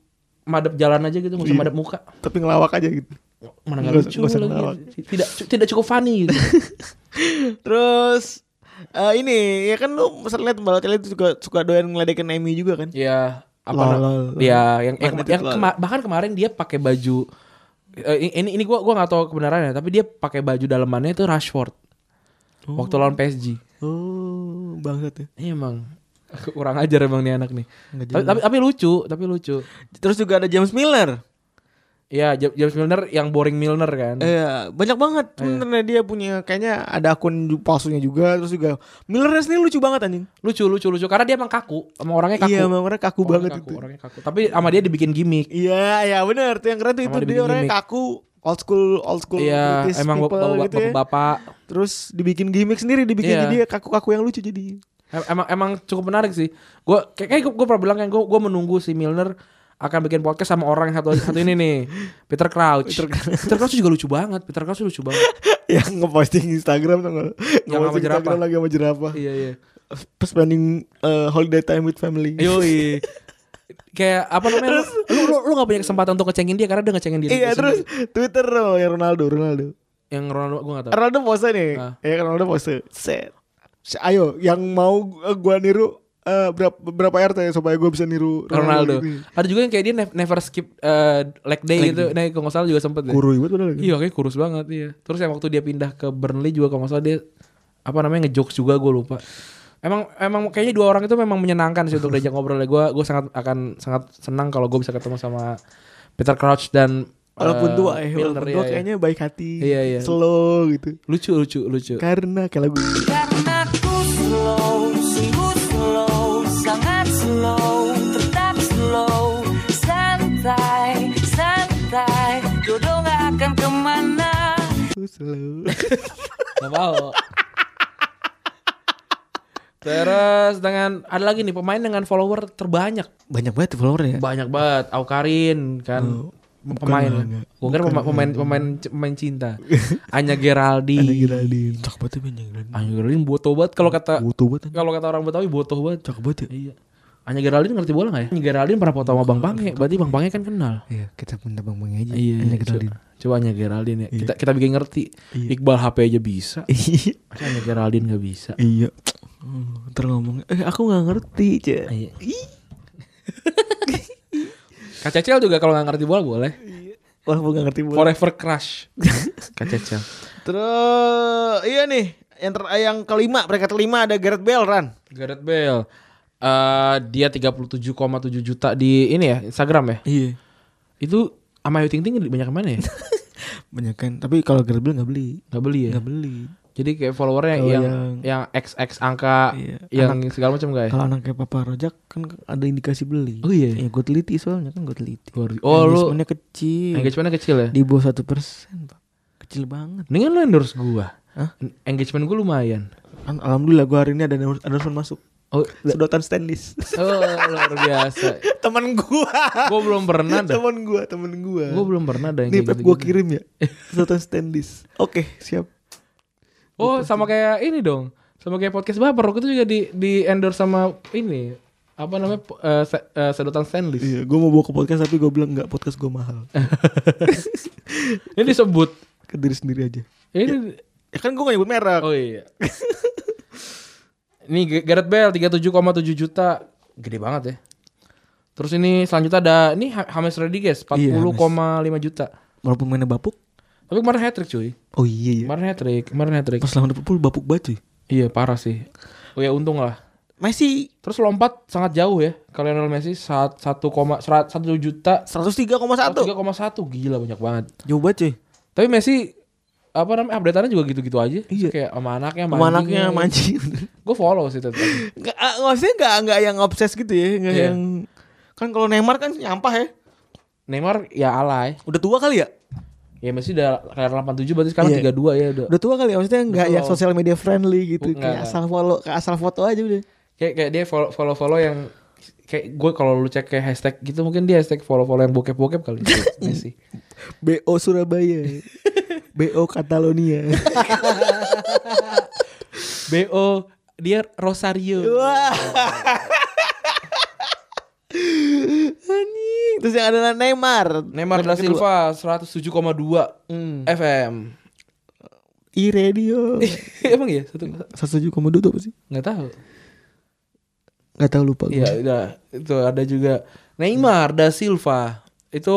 Speaker 3: madep jalan aja gitu, nggak usah madep muka.
Speaker 2: Tapi ngelawak aja gitu.
Speaker 3: Mana
Speaker 2: Iya. Nggak
Speaker 3: gak
Speaker 2: usah-
Speaker 3: lucu
Speaker 2: nggak usah ngelawak.
Speaker 3: lagi. Tidak cu- tidak cukup funny gitu.
Speaker 2: Terus eh ini ya kan lu sering lihat Balotelli itu juga suka doyan ngeledekin MU juga kan?
Speaker 3: Iya, apa
Speaker 2: Lol,
Speaker 3: na-
Speaker 2: lol, lol.
Speaker 3: Iya, yang, yang,
Speaker 2: Magnetic
Speaker 3: yang
Speaker 2: lol.
Speaker 3: kema- bahkan kemarin dia pakai baju eh, ini ini gua gua nggak tahu kebenarannya, tapi dia pakai baju dalemannya itu Rashford. Waktu lawan PSG.
Speaker 2: Oh, bangsat ya.
Speaker 3: Iya, emang kurang ajar emang nih anak nih.
Speaker 2: Nggak
Speaker 3: Tapi, tapi tapi lucu, tapi lucu.
Speaker 2: Terus juga ada James Miller.
Speaker 3: Iya, Jam- James Milner yang boring Milner kan.
Speaker 2: Eh, banyak banget sebenarnya dia punya kayaknya ada akun ju- palsunya juga terus juga Miller sendiri lucu banget anjing.
Speaker 3: Lucu, lucu, lucu. Karena dia emang kaku, sama orangnya kaku.
Speaker 2: Iya, emang orangnya kaku
Speaker 3: Orangnya
Speaker 2: banget
Speaker 3: kaku,
Speaker 2: itu.
Speaker 3: Orangnya kaku. Tapi sama dia dibikin gimmick.
Speaker 2: Iya, ya benar. Tuh yang keren tuh
Speaker 3: Sama
Speaker 2: itu dia
Speaker 3: dibikin
Speaker 2: orangnya
Speaker 3: gimmick.
Speaker 2: kaku, old school, old school
Speaker 3: Iya,
Speaker 2: British
Speaker 3: emang
Speaker 2: people
Speaker 3: bapak-bapak
Speaker 2: gitu ya.
Speaker 3: bapak-bapak.
Speaker 2: Terus dibikin gimmick sendiri, dibikin
Speaker 3: Iya.
Speaker 2: jadi ya kaku-kaku yang lucu jadi.
Speaker 3: Em- Emang emang cukup menarik sih. Gue kayak gue pernah bilang kan gue gue menunggu si Milner akan bikin podcast sama orang yang satu satu ini nih Peter Crouch. Peter Crouch. juga lucu banget. Peter Crouch lucu banget.
Speaker 2: yang ngeposting Instagram tuh nggak?
Speaker 3: Yang sama
Speaker 2: Ngeposting
Speaker 3: jerapah.
Speaker 2: Instagram lagi sama jerapah.
Speaker 3: iya iya.
Speaker 2: Pas banding eh, holiday time with family. Iya,
Speaker 3: Yoi. Kayak apa namanya? Lu, lu, lu, lu gak punya kesempatan untuk ngecengin dia karena dia ngecengin diri.
Speaker 2: Iya
Speaker 3: dia
Speaker 2: terus
Speaker 3: sendiri.
Speaker 2: Twitter loh yang Ronaldo Ronaldo.
Speaker 3: yang Ronaldo gue gak tahu.
Speaker 2: Ronaldo pose nih.
Speaker 3: Ah.
Speaker 2: Ya Ronaldo pose. Set. Se- Ayo yang mau eh, gua niru eh, berapa berapa RT ya supaya gua bisa niru
Speaker 3: Ronaldo.
Speaker 2: gini.
Speaker 3: Ada juga yang kayak dia ne- never skip eh, leg day gitu. Nah, kalau nggak salah juga sempet deh.
Speaker 2: Kurui banget padahal.
Speaker 3: Iya, kayak kurus banget iya. Terus yang waktu dia pindah ke Burnley juga kalau nggak salah dia apa namanya ngejokes juga gue lupa. Emang emang kayaknya dua orang itu memang menyenangkan sih untuk diajak ngobrol. Gue gue sangat akan sangat senang kalau gue bisa ketemu sama Peter Crouch dan eh,
Speaker 2: Walaupun tua ya,
Speaker 3: Milner,
Speaker 2: walaupun
Speaker 3: iya,
Speaker 2: tua
Speaker 3: iya.
Speaker 2: kayaknya baik hati,
Speaker 3: Iya, iya.
Speaker 2: slow gitu.
Speaker 3: lucu lucu lucu.
Speaker 2: Karena kayak lagu
Speaker 5: Karena ku slow, sungguh slow, sangat slow, tetap slow Santai, santai, jodoh gak akan kemana
Speaker 2: slow.
Speaker 3: Gak mau. Terus dengan ada lagi nih pemain dengan follower terbanyak.
Speaker 2: Banyak banget followernya.
Speaker 3: Banyak banget Aukarin kan pemain.
Speaker 2: enggak, enggak.
Speaker 3: Gue kira pema- pemain pemain pemain cinta. Anya Geraldi.
Speaker 2: Ada Giraldin. Cakep banget ya Anya Giraldin.
Speaker 3: Anya Geraldine botoh banget kalau kata
Speaker 2: Butuh banget. anjing.
Speaker 3: kalau kata orang Betawi botoh banget.
Speaker 2: Cakep banget ya.
Speaker 3: Iya. Anya Geraldine ngerti bola gak ya? Anya Geraldine pernah foto sama Bang Pange, berarti Bang Pange kan kenal.
Speaker 2: Iya, kita minta Bang Bang aja.
Speaker 3: Anya Geraldine. Iya. Coba Anya Geraldine ya. Kita kita bikin ngerti. Iqbal HP aja bisa.
Speaker 2: Iya.
Speaker 3: Masa Anya Geraldine gak bisa?
Speaker 2: Iya. Hmm, Ntar ngomong, eh aku nggak ngerti cek.
Speaker 3: Iya. Kak Cecil juga kalau nggak ngerti bola boleh.
Speaker 2: Walaupun nggak ngerti bola.
Speaker 3: Forever crush. Kak Cecil.
Speaker 2: Terus, iya nih, yang ter yang kelima, mereka kelima ada Gareth Bale Ran.
Speaker 3: Gareth Bale. Eh dia 37,7 juta di ini ya Instagram ya.
Speaker 2: Iya.
Speaker 3: Itu sama Ayu Ting Ting banyak mana ya?
Speaker 2: Banyak kan, tapi kalau Gareth Bale nggak beli,
Speaker 3: Gak beli ya.
Speaker 2: nggak beli.
Speaker 3: Jadi kayak followernya
Speaker 2: Kalau
Speaker 3: yang
Speaker 2: yang-
Speaker 3: yang XX angka
Speaker 2: Iya.
Speaker 3: yang segala macam gak ya?
Speaker 2: Kalau anaknya Papa Rojak kan ada indikasi beli.
Speaker 3: Oh iya.
Speaker 2: Ya gue teliti soalnya kan gue teliti.
Speaker 3: Gua- Oh lu
Speaker 2: Engagementnya kecil.
Speaker 3: engagementnya kecil ya?
Speaker 2: Di bawah satu persen, Pak. Kecil banget.
Speaker 3: Mendingan lu endorse gua.
Speaker 2: Hah?
Speaker 3: Engagement gua lumayan.
Speaker 2: Kan, Alhamdulillah gue hari ini ada endorse- endorsement masuk.
Speaker 3: Oh,
Speaker 2: Sedotan stainless.
Speaker 3: oh, luar biasa.
Speaker 2: temen gua.
Speaker 3: Gue belum pernah dah.
Speaker 2: temen gua, temen gua.
Speaker 3: Gue belum pernah dah yang
Speaker 2: Nih
Speaker 3: kayak
Speaker 2: Pep
Speaker 3: gitu-gitu.
Speaker 2: gua kirim ya. Sedotan stainless. Oke, siap.
Speaker 3: Oh, sama kayak ini dong. Sama kayak podcast baper. Itu juga di di endorse sama ini apa namanya po- eh, se- eh, sedotan stainless.
Speaker 2: Iya, gua mau bawa ke podcast tapi gua bilang enggak podcast gua mahal.
Speaker 3: Ini disebut.
Speaker 2: ke diri sendiri aja.
Speaker 3: Ini
Speaker 2: Ya kan gua gak nyebut merek.
Speaker 3: oh iya. ini G- Gareth Bale 37,7 juta. Gede banget ya. Terus ini selanjutnya ada ini Ha- James
Speaker 2: Iya,
Speaker 3: Rodriguez 40,5 juta.
Speaker 2: Walaupun mainnya bapuk.
Speaker 3: Tapi kemarin hat trick cuy.
Speaker 2: Oh iya iya.
Speaker 3: Kemarin hat trick, kemarin hat trick.
Speaker 2: Pas lawan Liverpool bapuk banget cuy.
Speaker 3: Iya, parah sih. Oh ya untung lah.
Speaker 2: Messi
Speaker 3: Terus lompat sangat jauh ya. Kalau Lionel Messi saat 1, 1 juta
Speaker 2: 103,1.
Speaker 3: 3,1 gila banyak banget.
Speaker 2: Jauh banget cuy.
Speaker 3: Tapi Messi apa namanya updateannya juga gitu-gitu aja.
Speaker 2: Iya.
Speaker 3: Kayak sama anaknya, sama
Speaker 2: Sama anaknya mancing.
Speaker 3: Gue follow sih tetap.
Speaker 2: Nggak, ah, maksudnya nggak nggak yang obses gitu ya, nggak
Speaker 3: Iya.
Speaker 2: yang kan kalau Neymar kan nyampah ya.
Speaker 3: Neymar ya alay.
Speaker 2: Udah tua kali ya?
Speaker 3: Ya Messi udah kayak 87 berarti sekarang
Speaker 2: Iya.
Speaker 3: 32 ya udah.
Speaker 2: Udah tua kali ya maksudnya nggak
Speaker 3: Udah
Speaker 2: yang
Speaker 3: tua.
Speaker 2: social media friendly gitu,
Speaker 3: Nggak,
Speaker 2: kayak
Speaker 3: nggak.
Speaker 2: asal follow, kayak asal foto aja udah.
Speaker 3: Kayak kayak dia follow- follow-follow yang kayak gue kalau lu cek kayak hashtag gitu mungkin dia hashtag follow-follow yang bokep-bokep kali Messi.
Speaker 2: BO Surabaya. BO Catalonia.
Speaker 3: BO dia Rosario.
Speaker 2: Wah. Anjing. Terus yang ada Neymar.
Speaker 3: Neymar da
Speaker 2: kedua.
Speaker 3: Silva 107,2
Speaker 2: Hmm.
Speaker 3: FM.
Speaker 2: E-radio.
Speaker 3: Emang
Speaker 2: iya?
Speaker 3: ya? Satu
Speaker 2: 107,2 tuh apa sih?
Speaker 3: enggak tahu.
Speaker 2: Gak tau lupa gue.
Speaker 3: Iya, udah. Itu ada juga Neymar da Silva. Itu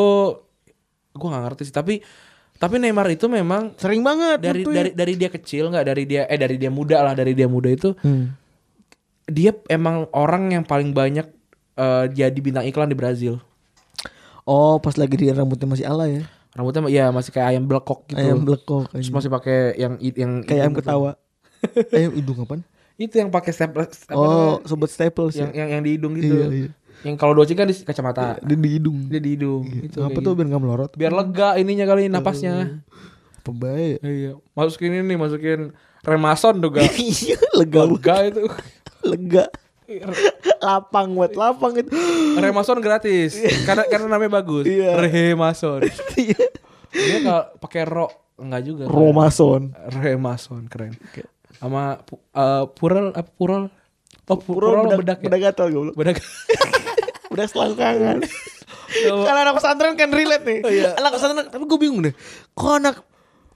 Speaker 3: gua nggak ngerti sih, tapi tapi Neymar itu memang
Speaker 2: Sering banget
Speaker 3: dari
Speaker 2: gitu ya.
Speaker 3: dari dari dia kecil nggak dari dia eh dari dia muda lah, dari dia muda itu
Speaker 2: Hmm.
Speaker 3: dia emang orang yang paling banyak eh, jadi bintang iklan di Brazil.
Speaker 2: Oh, pas lagi dia rambutnya masih ala ya.
Speaker 3: Rambutnya ya masih kayak ayam blekok gitu.
Speaker 2: Ayam belekok
Speaker 3: Terus
Speaker 2: anjing.
Speaker 3: masih pakai yang yang
Speaker 2: kayak ayam
Speaker 3: itu.
Speaker 2: ketawa. ayam Eh, hidung apaan?
Speaker 3: Itu yang pakai stapler apa
Speaker 2: Oh,
Speaker 3: namanya?
Speaker 2: sobat staples
Speaker 3: yang
Speaker 2: ya.
Speaker 3: yang yang di hidung gitu.
Speaker 2: Iya, iya.
Speaker 3: Yang kalau Doci kan di kacamata.
Speaker 2: Dan di hidung.
Speaker 3: Dia di hidung. Itu
Speaker 2: Ngapa
Speaker 3: kayak
Speaker 2: tuh Iya.
Speaker 3: gitu.
Speaker 2: biar gak melorot?
Speaker 3: biar lega ininya kali napasnya.
Speaker 2: Pebaya.
Speaker 3: Iya. Masukin ini nih, masukin remason juga.
Speaker 2: Iya, lega banget.
Speaker 3: Lega itu.
Speaker 2: Lega. lapang buat lapang gitu. itu.
Speaker 3: Remason gratis. Karena karena namanya bagus.
Speaker 2: Iya.
Speaker 3: Remason. Dia kalau pakai ro enggak juga. kan?
Speaker 2: Romason.
Speaker 3: Remason keren. Sama pu- eh, pural apa pural? Oh, pu-
Speaker 2: Puro
Speaker 3: pural, bedak.
Speaker 2: bedak
Speaker 3: ya?
Speaker 2: bedak gatal goblok.
Speaker 3: Bedak.
Speaker 2: Bedak selangkangan. Kalau anak pesantren kan relate nih.
Speaker 3: Oh, iya.
Speaker 2: Anak pesantren tapi gue bingung deh. Kok anak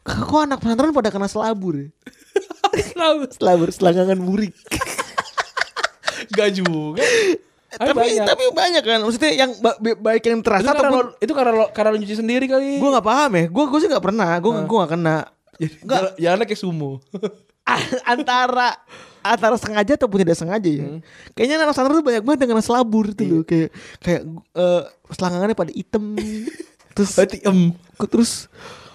Speaker 2: kok anak pesantren pada kena selabur ya?
Speaker 3: Tahu.
Speaker 2: Selabur selangkangan burik.
Speaker 3: Enggak juga. Ada
Speaker 2: tapi
Speaker 3: banyak.
Speaker 2: tapi banyak kan maksudnya yang ba- ba- baik yang
Speaker 3: itu
Speaker 2: terasa
Speaker 3: karena
Speaker 2: ataupun
Speaker 3: lo- itu karena lo- karena lu nyuci sendiri kali.
Speaker 2: gue nggak paham ya gue gue sih nggak pernah gue gue nggak kena
Speaker 3: Enggak. Jalannya kayak ya sumo.
Speaker 2: A- Ah, antara antara sengaja ataupun tidak sengaja ya
Speaker 3: Hmm.
Speaker 2: kayaknya anak pesantren tuh banyak banget yang kena selabur tuh
Speaker 3: Iya.
Speaker 2: loh kayak kayak eh, selangkangannya pada item terus
Speaker 3: Berarti em
Speaker 2: terus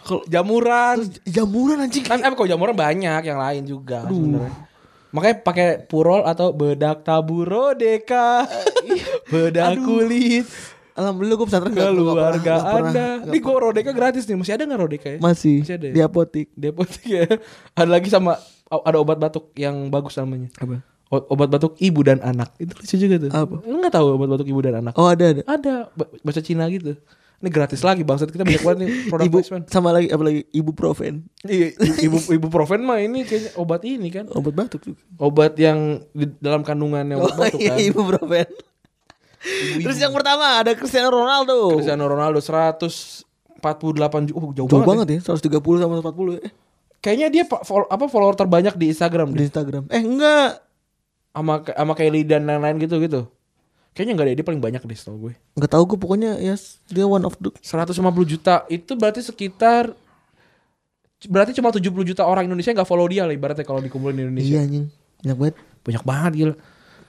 Speaker 3: kalau jamuran.
Speaker 2: terus jamuran anjing
Speaker 3: Kan em, kalau jamuran banyak yang lain juga sebenarnya. Makanya pakai purol atau bedak taburo deka.
Speaker 2: Eh,
Speaker 3: bedak kulit
Speaker 2: alhamdulillah gue pesantren iya. nggak- gua nggak
Speaker 3: keluarga
Speaker 2: pernah- nggak pernah-
Speaker 3: Anda.
Speaker 2: nggak
Speaker 3: Ini gue rodeka gratis nih. Masih ada nggak rodeka ya?
Speaker 2: pernah. masih
Speaker 3: Masih ada ya?
Speaker 2: di apotik
Speaker 3: Depotik ya. Ada lagi sama ada obat batuk yang bagus namanya.
Speaker 2: apa
Speaker 3: O- obat batuk ibu dan anak. Itu lucu juga tuh.
Speaker 2: Apa?
Speaker 3: Lu nggak tahu obat batuk ibu dan anak?
Speaker 2: oh ada ada
Speaker 3: Ada ba- bahasa Cina gitu. Ini gratis lagi bangsat kita banyak banget nih produk
Speaker 2: ibu
Speaker 3: placement.
Speaker 2: sama lagi apa lagi ibu profen
Speaker 3: Iya, ibu ibu profen mah ini kayaknya obat ini kan.
Speaker 2: obat batuk juga
Speaker 3: Obat yang di dalam kandungannya obat
Speaker 2: Oh,
Speaker 3: batuk
Speaker 2: iya,
Speaker 3: kan.
Speaker 2: ibu profen terus yang pertama ada Cristiano Ronaldo
Speaker 3: Cristiano Ronaldo 148 juta. Oh,
Speaker 2: jauh
Speaker 3: jauh, banget. ya.
Speaker 2: banget ya 130 sama 140 ya. Eh,
Speaker 3: Kayaknya dia pa- fol- apa follower terbanyak di Instagram
Speaker 2: di
Speaker 3: deh.
Speaker 2: Instagram eh enggak
Speaker 3: Sama sama Kylie dan lain-lain gitu-gitu. Kayaknya enggak deh, dia paling banyak deh setahu gue.
Speaker 2: Gak tau gue pokoknya ya dia one of the
Speaker 3: 150 juta itu berarti sekitar berarti cuma 70 juta orang Indonesia nggak follow dia lah ibaratnya kalau dikumpulin di
Speaker 2: Iya
Speaker 3: Indonesia.
Speaker 2: anjing Banyak banget
Speaker 3: Banyak banget gila.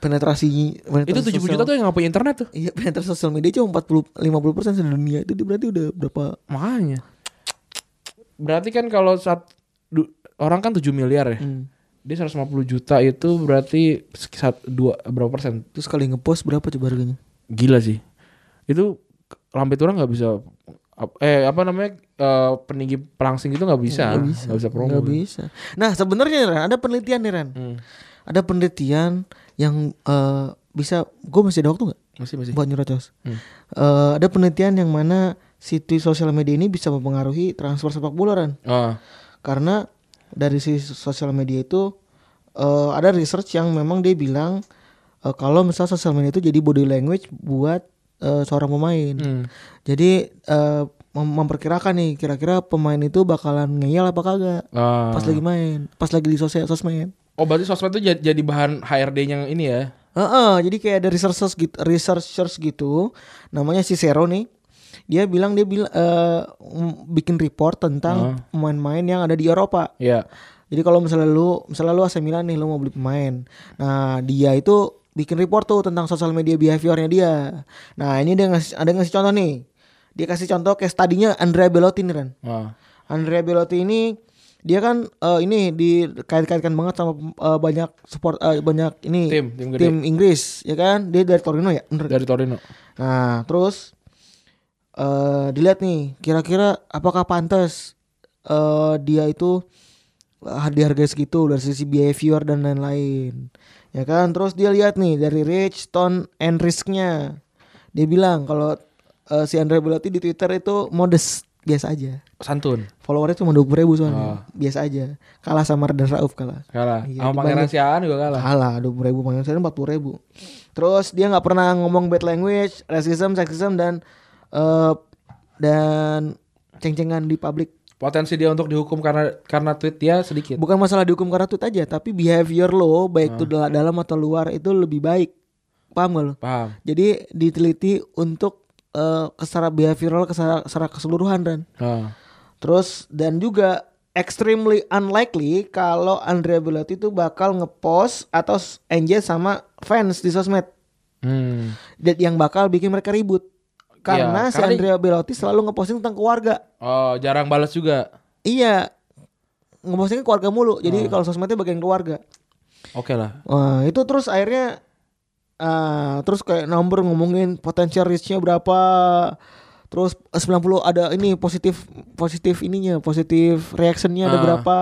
Speaker 2: penetrasi, penetrasi
Speaker 3: Itu 70 juta tuh yang nggak punya internet tuh.
Speaker 2: Iya penetrasi sosial media cuma 40 50 persen dunia itu dia berarti udah berapa
Speaker 3: Makanya. Berarti kan kalau saat du- orang kan 7 miliar ya. Dia 150 juta itu berarti sekitar dua berapa persen?
Speaker 2: terus kali ngepost berapa coba harganya
Speaker 3: Gila sih. Itu lambe turang nggak bisa ap- eh apa namanya eh, peninggi pelangsing itu nggak bisa nggak bisa, promo
Speaker 2: Gak bisa nah sebenarnya Ran ada penelitian nih Ran
Speaker 3: Hmm.
Speaker 2: ada penelitian yang eh, bisa gue masih ada waktu nggak
Speaker 3: Masih masih.
Speaker 2: buat nyerocos Eh, ada penelitian yang mana situs sosial media ini bisa mempengaruhi transfer sepak bola Ran.
Speaker 3: Oh.
Speaker 2: karena dari si sosial media itu eh, ada research yang memang dia bilang eh, kalau misal sosial media itu jadi body language buat eh, seorang pemain. Jadi eh, mem- memperkirakan nih kira-kira pemain itu bakalan ngeyel apa kagak
Speaker 3: Ah.
Speaker 2: pas lagi main, pas lagi di sosial sosmed.
Speaker 3: Oh berarti sosmed itu jadi, jadi bahan HRD yang ini ya?
Speaker 2: Heeh, jadi kayak ada researchers gitu, researchers gitu, namanya si Sero nih. Dia bilang dia bilang eh, m- bikin report tentang pemain-pemain yang ada di Eropa.
Speaker 3: Iya.
Speaker 2: Jadi kalau misalnya lu, misalnya lu AC Milan nih, lu mau beli pemain. Nah, dia itu bikin report tuh tentang sosial media behaviornya dia. Nah, ini dia ngasih, ada yang ngasih contoh nih. Dia kasih contoh kayak tadinya Andrea Belotti nih, Ren.
Speaker 3: Ah.
Speaker 2: Andrea Belotti ini dia kan eh, ini dikait-kaitkan banget sama eh, banyak support eh, banyak ini
Speaker 3: Tim, tim gede.
Speaker 2: Inggris ya kan dia dari Torino ya bener
Speaker 3: Dari Torino.
Speaker 2: Nah, terus eh dilihat nih, kira-kira apakah pantas eh dia itu eh, dihargai segitu dari sisi behavior dan lain-lain. Ya kan? Terus dia lihat nih dari reach, tone, and risk-nya. Dia bilang kalau eh, si Andre Belotti di Twitter itu modest, biasa aja.
Speaker 3: Santun.
Speaker 2: Followernya cuma 20 ribu soalnya, biasa aja. Kalah sama Radar Rauf kalah.
Speaker 3: Kalah.
Speaker 2: Iya,
Speaker 3: Sama Pangeran
Speaker 2: dibanding-
Speaker 3: Siaan juga kalah.
Speaker 2: Kalah dua puluh ribu pengen saya empat puluh ribu. Terus dia nggak pernah ngomong bad language, racism, sexism dan eh dan ceng-cengan di publik.
Speaker 3: Potensi dia untuk dihukum karena karena tweet dia sedikit.
Speaker 2: Bukan masalah dihukum karena tweet aja, tapi behavior lo
Speaker 3: Ah.
Speaker 2: baik itu dal- dalam atau luar itu lebih baik. Paham gak lo?
Speaker 3: Paham.
Speaker 2: Jadi diteliti untuk eh secara behavioral secara, secara keseluruhan dan
Speaker 3: Ah.
Speaker 2: terus dan juga extremely unlikely kalau Andrea Belotti itu bakal ngepost atau engage sama fans di sosmed.
Speaker 3: Hmm.
Speaker 2: dan yang bakal bikin mereka ribut karena
Speaker 3: Iya,
Speaker 2: si
Speaker 3: karena-
Speaker 2: Andrea Belotti selalu ngeposting tentang keluarga
Speaker 3: Oh jarang balas juga.
Speaker 2: iya ngepostingnya keluarga mulu
Speaker 3: Ah.
Speaker 2: jadi kalau sosmednya bagian keluarga
Speaker 3: Oke lah.
Speaker 2: Wah, itu terus akhirnya eh terus kayak number ngomongin potensial risknya berapa terus eh, 90 ada ini positif positif ininya positif reactionnya ada
Speaker 3: Ah.
Speaker 2: berapa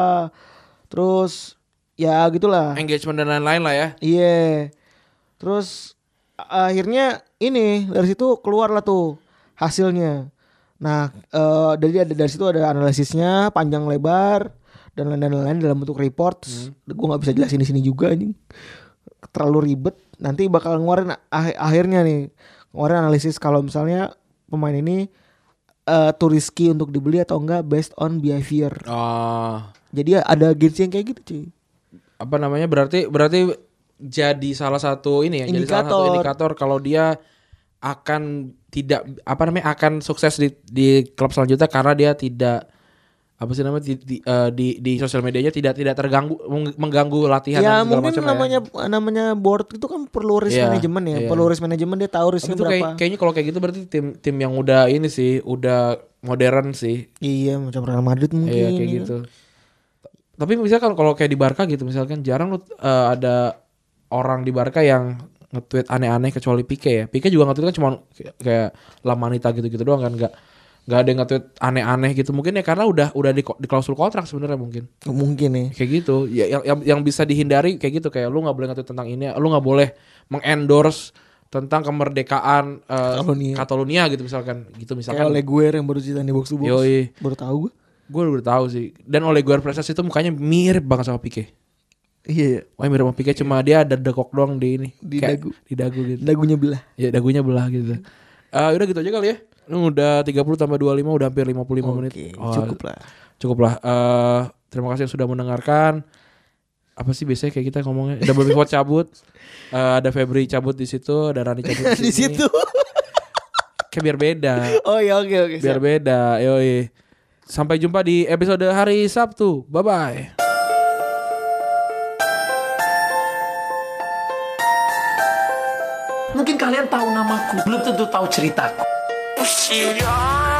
Speaker 2: terus ya gitulah
Speaker 3: Engagement dan lain-lain lah ya.
Speaker 2: Iya. Terus a- akhirnya ini dari situ keluarlah tuh hasilnya. Nah, eh dari ada dari situ ada analisisnya panjang lebar dan lain-lain dalam bentuk report. Gue nggak bisa jelasin di sini juga anjing. Terlalu ribet. Nanti bakal ngeluarin ah- akhirnya nih ngeluarin analisis kalau misalnya pemain ini eh too risky untuk dibeli atau enggak based on behavior.
Speaker 3: Ah.
Speaker 2: Jadi ada games yang kayak gitu, cuy.
Speaker 3: apa namanya berarti berarti jadi salah satu ini ya jadi salah satu
Speaker 2: Indikator.
Speaker 3: indikator kalau dia akan tidak apa namanya akan sukses di di klub selanjutnya karena dia tidak apa sih namanya di di, eh, di, di sosial medianya tidak tidak terganggu meng- mengganggu latihan
Speaker 2: ya
Speaker 3: dan segala
Speaker 2: mungkin
Speaker 3: macam ya.
Speaker 2: namanya namanya board itu kan perlu risk
Speaker 3: Iya,
Speaker 2: management ya
Speaker 3: iya.
Speaker 2: perlu risk management dia tahu
Speaker 3: Tapi
Speaker 2: risknya
Speaker 3: itu kayak,
Speaker 2: berapa
Speaker 3: kayaknya kalau kayak gitu berarti tim tim yang udah ini sih udah modern sih
Speaker 2: iya macam Real Madrid mungkin
Speaker 3: Iya kayak gitu. Tapi misalkan kalau kayak di Barca gitu misalkan jarang lu eh, ada orang di Barca yang nge-tweet aneh-aneh kecuali Pique ya. Pique juga nge-tweet kan cuma kayak- kayak La Manita gitu-gitu doang kan nggak nggak ada yang nge-tweet aneh-aneh gitu mungkin ya karena udah udah di, di klausul kontrak sebenarnya mungkin
Speaker 2: mungkin ya
Speaker 3: kayak gitu ya yang yang, yang bisa dihindari kayak gitu kayak lu nggak boleh nge-tweet tentang ini lu nggak boleh mengendorse tentang kemerdekaan eh,
Speaker 2: Catalonia.
Speaker 3: Catalonia gitu misalkan gitu misalkan
Speaker 2: kayak oleh gue yang baru cerita di box to box
Speaker 3: Yoi.
Speaker 2: baru tahu gue
Speaker 3: Gue udah tahu sih. Dan oleh gue prestasi itu mukanya mirip banget sama Pique.
Speaker 2: iya iya.
Speaker 3: Wah mirip sama Pique cuma dia ada dekok doang di ini.
Speaker 2: Di dagu.
Speaker 3: Di dagu gitu.
Speaker 2: dagunya belah
Speaker 3: Ya dagunya belah gitu. Eh udah gitu aja kali ya. Ini Udah 30 tambah 25 udah hampir 55 menit.
Speaker 2: Oke,
Speaker 3: Wah,
Speaker 2: cukup lah
Speaker 3: Cukup lah. Eh, terima kasih yang sudah mendengarkan. Apa sih biasanya kayak kita ngomongnya? Ada Bobby Ford cabut. Eh, ada Febri cabut di situ, ada Rani cabut
Speaker 2: di
Speaker 3: di sini.
Speaker 2: situ
Speaker 3: Kayak biar beda.
Speaker 2: oh ya oke oke
Speaker 3: biar beda yoi sampai jumpa di episode hari Sabtu bye bye
Speaker 8: Mungkin kalian tahu namaku, belum tentu tahu ceritaku. Usia.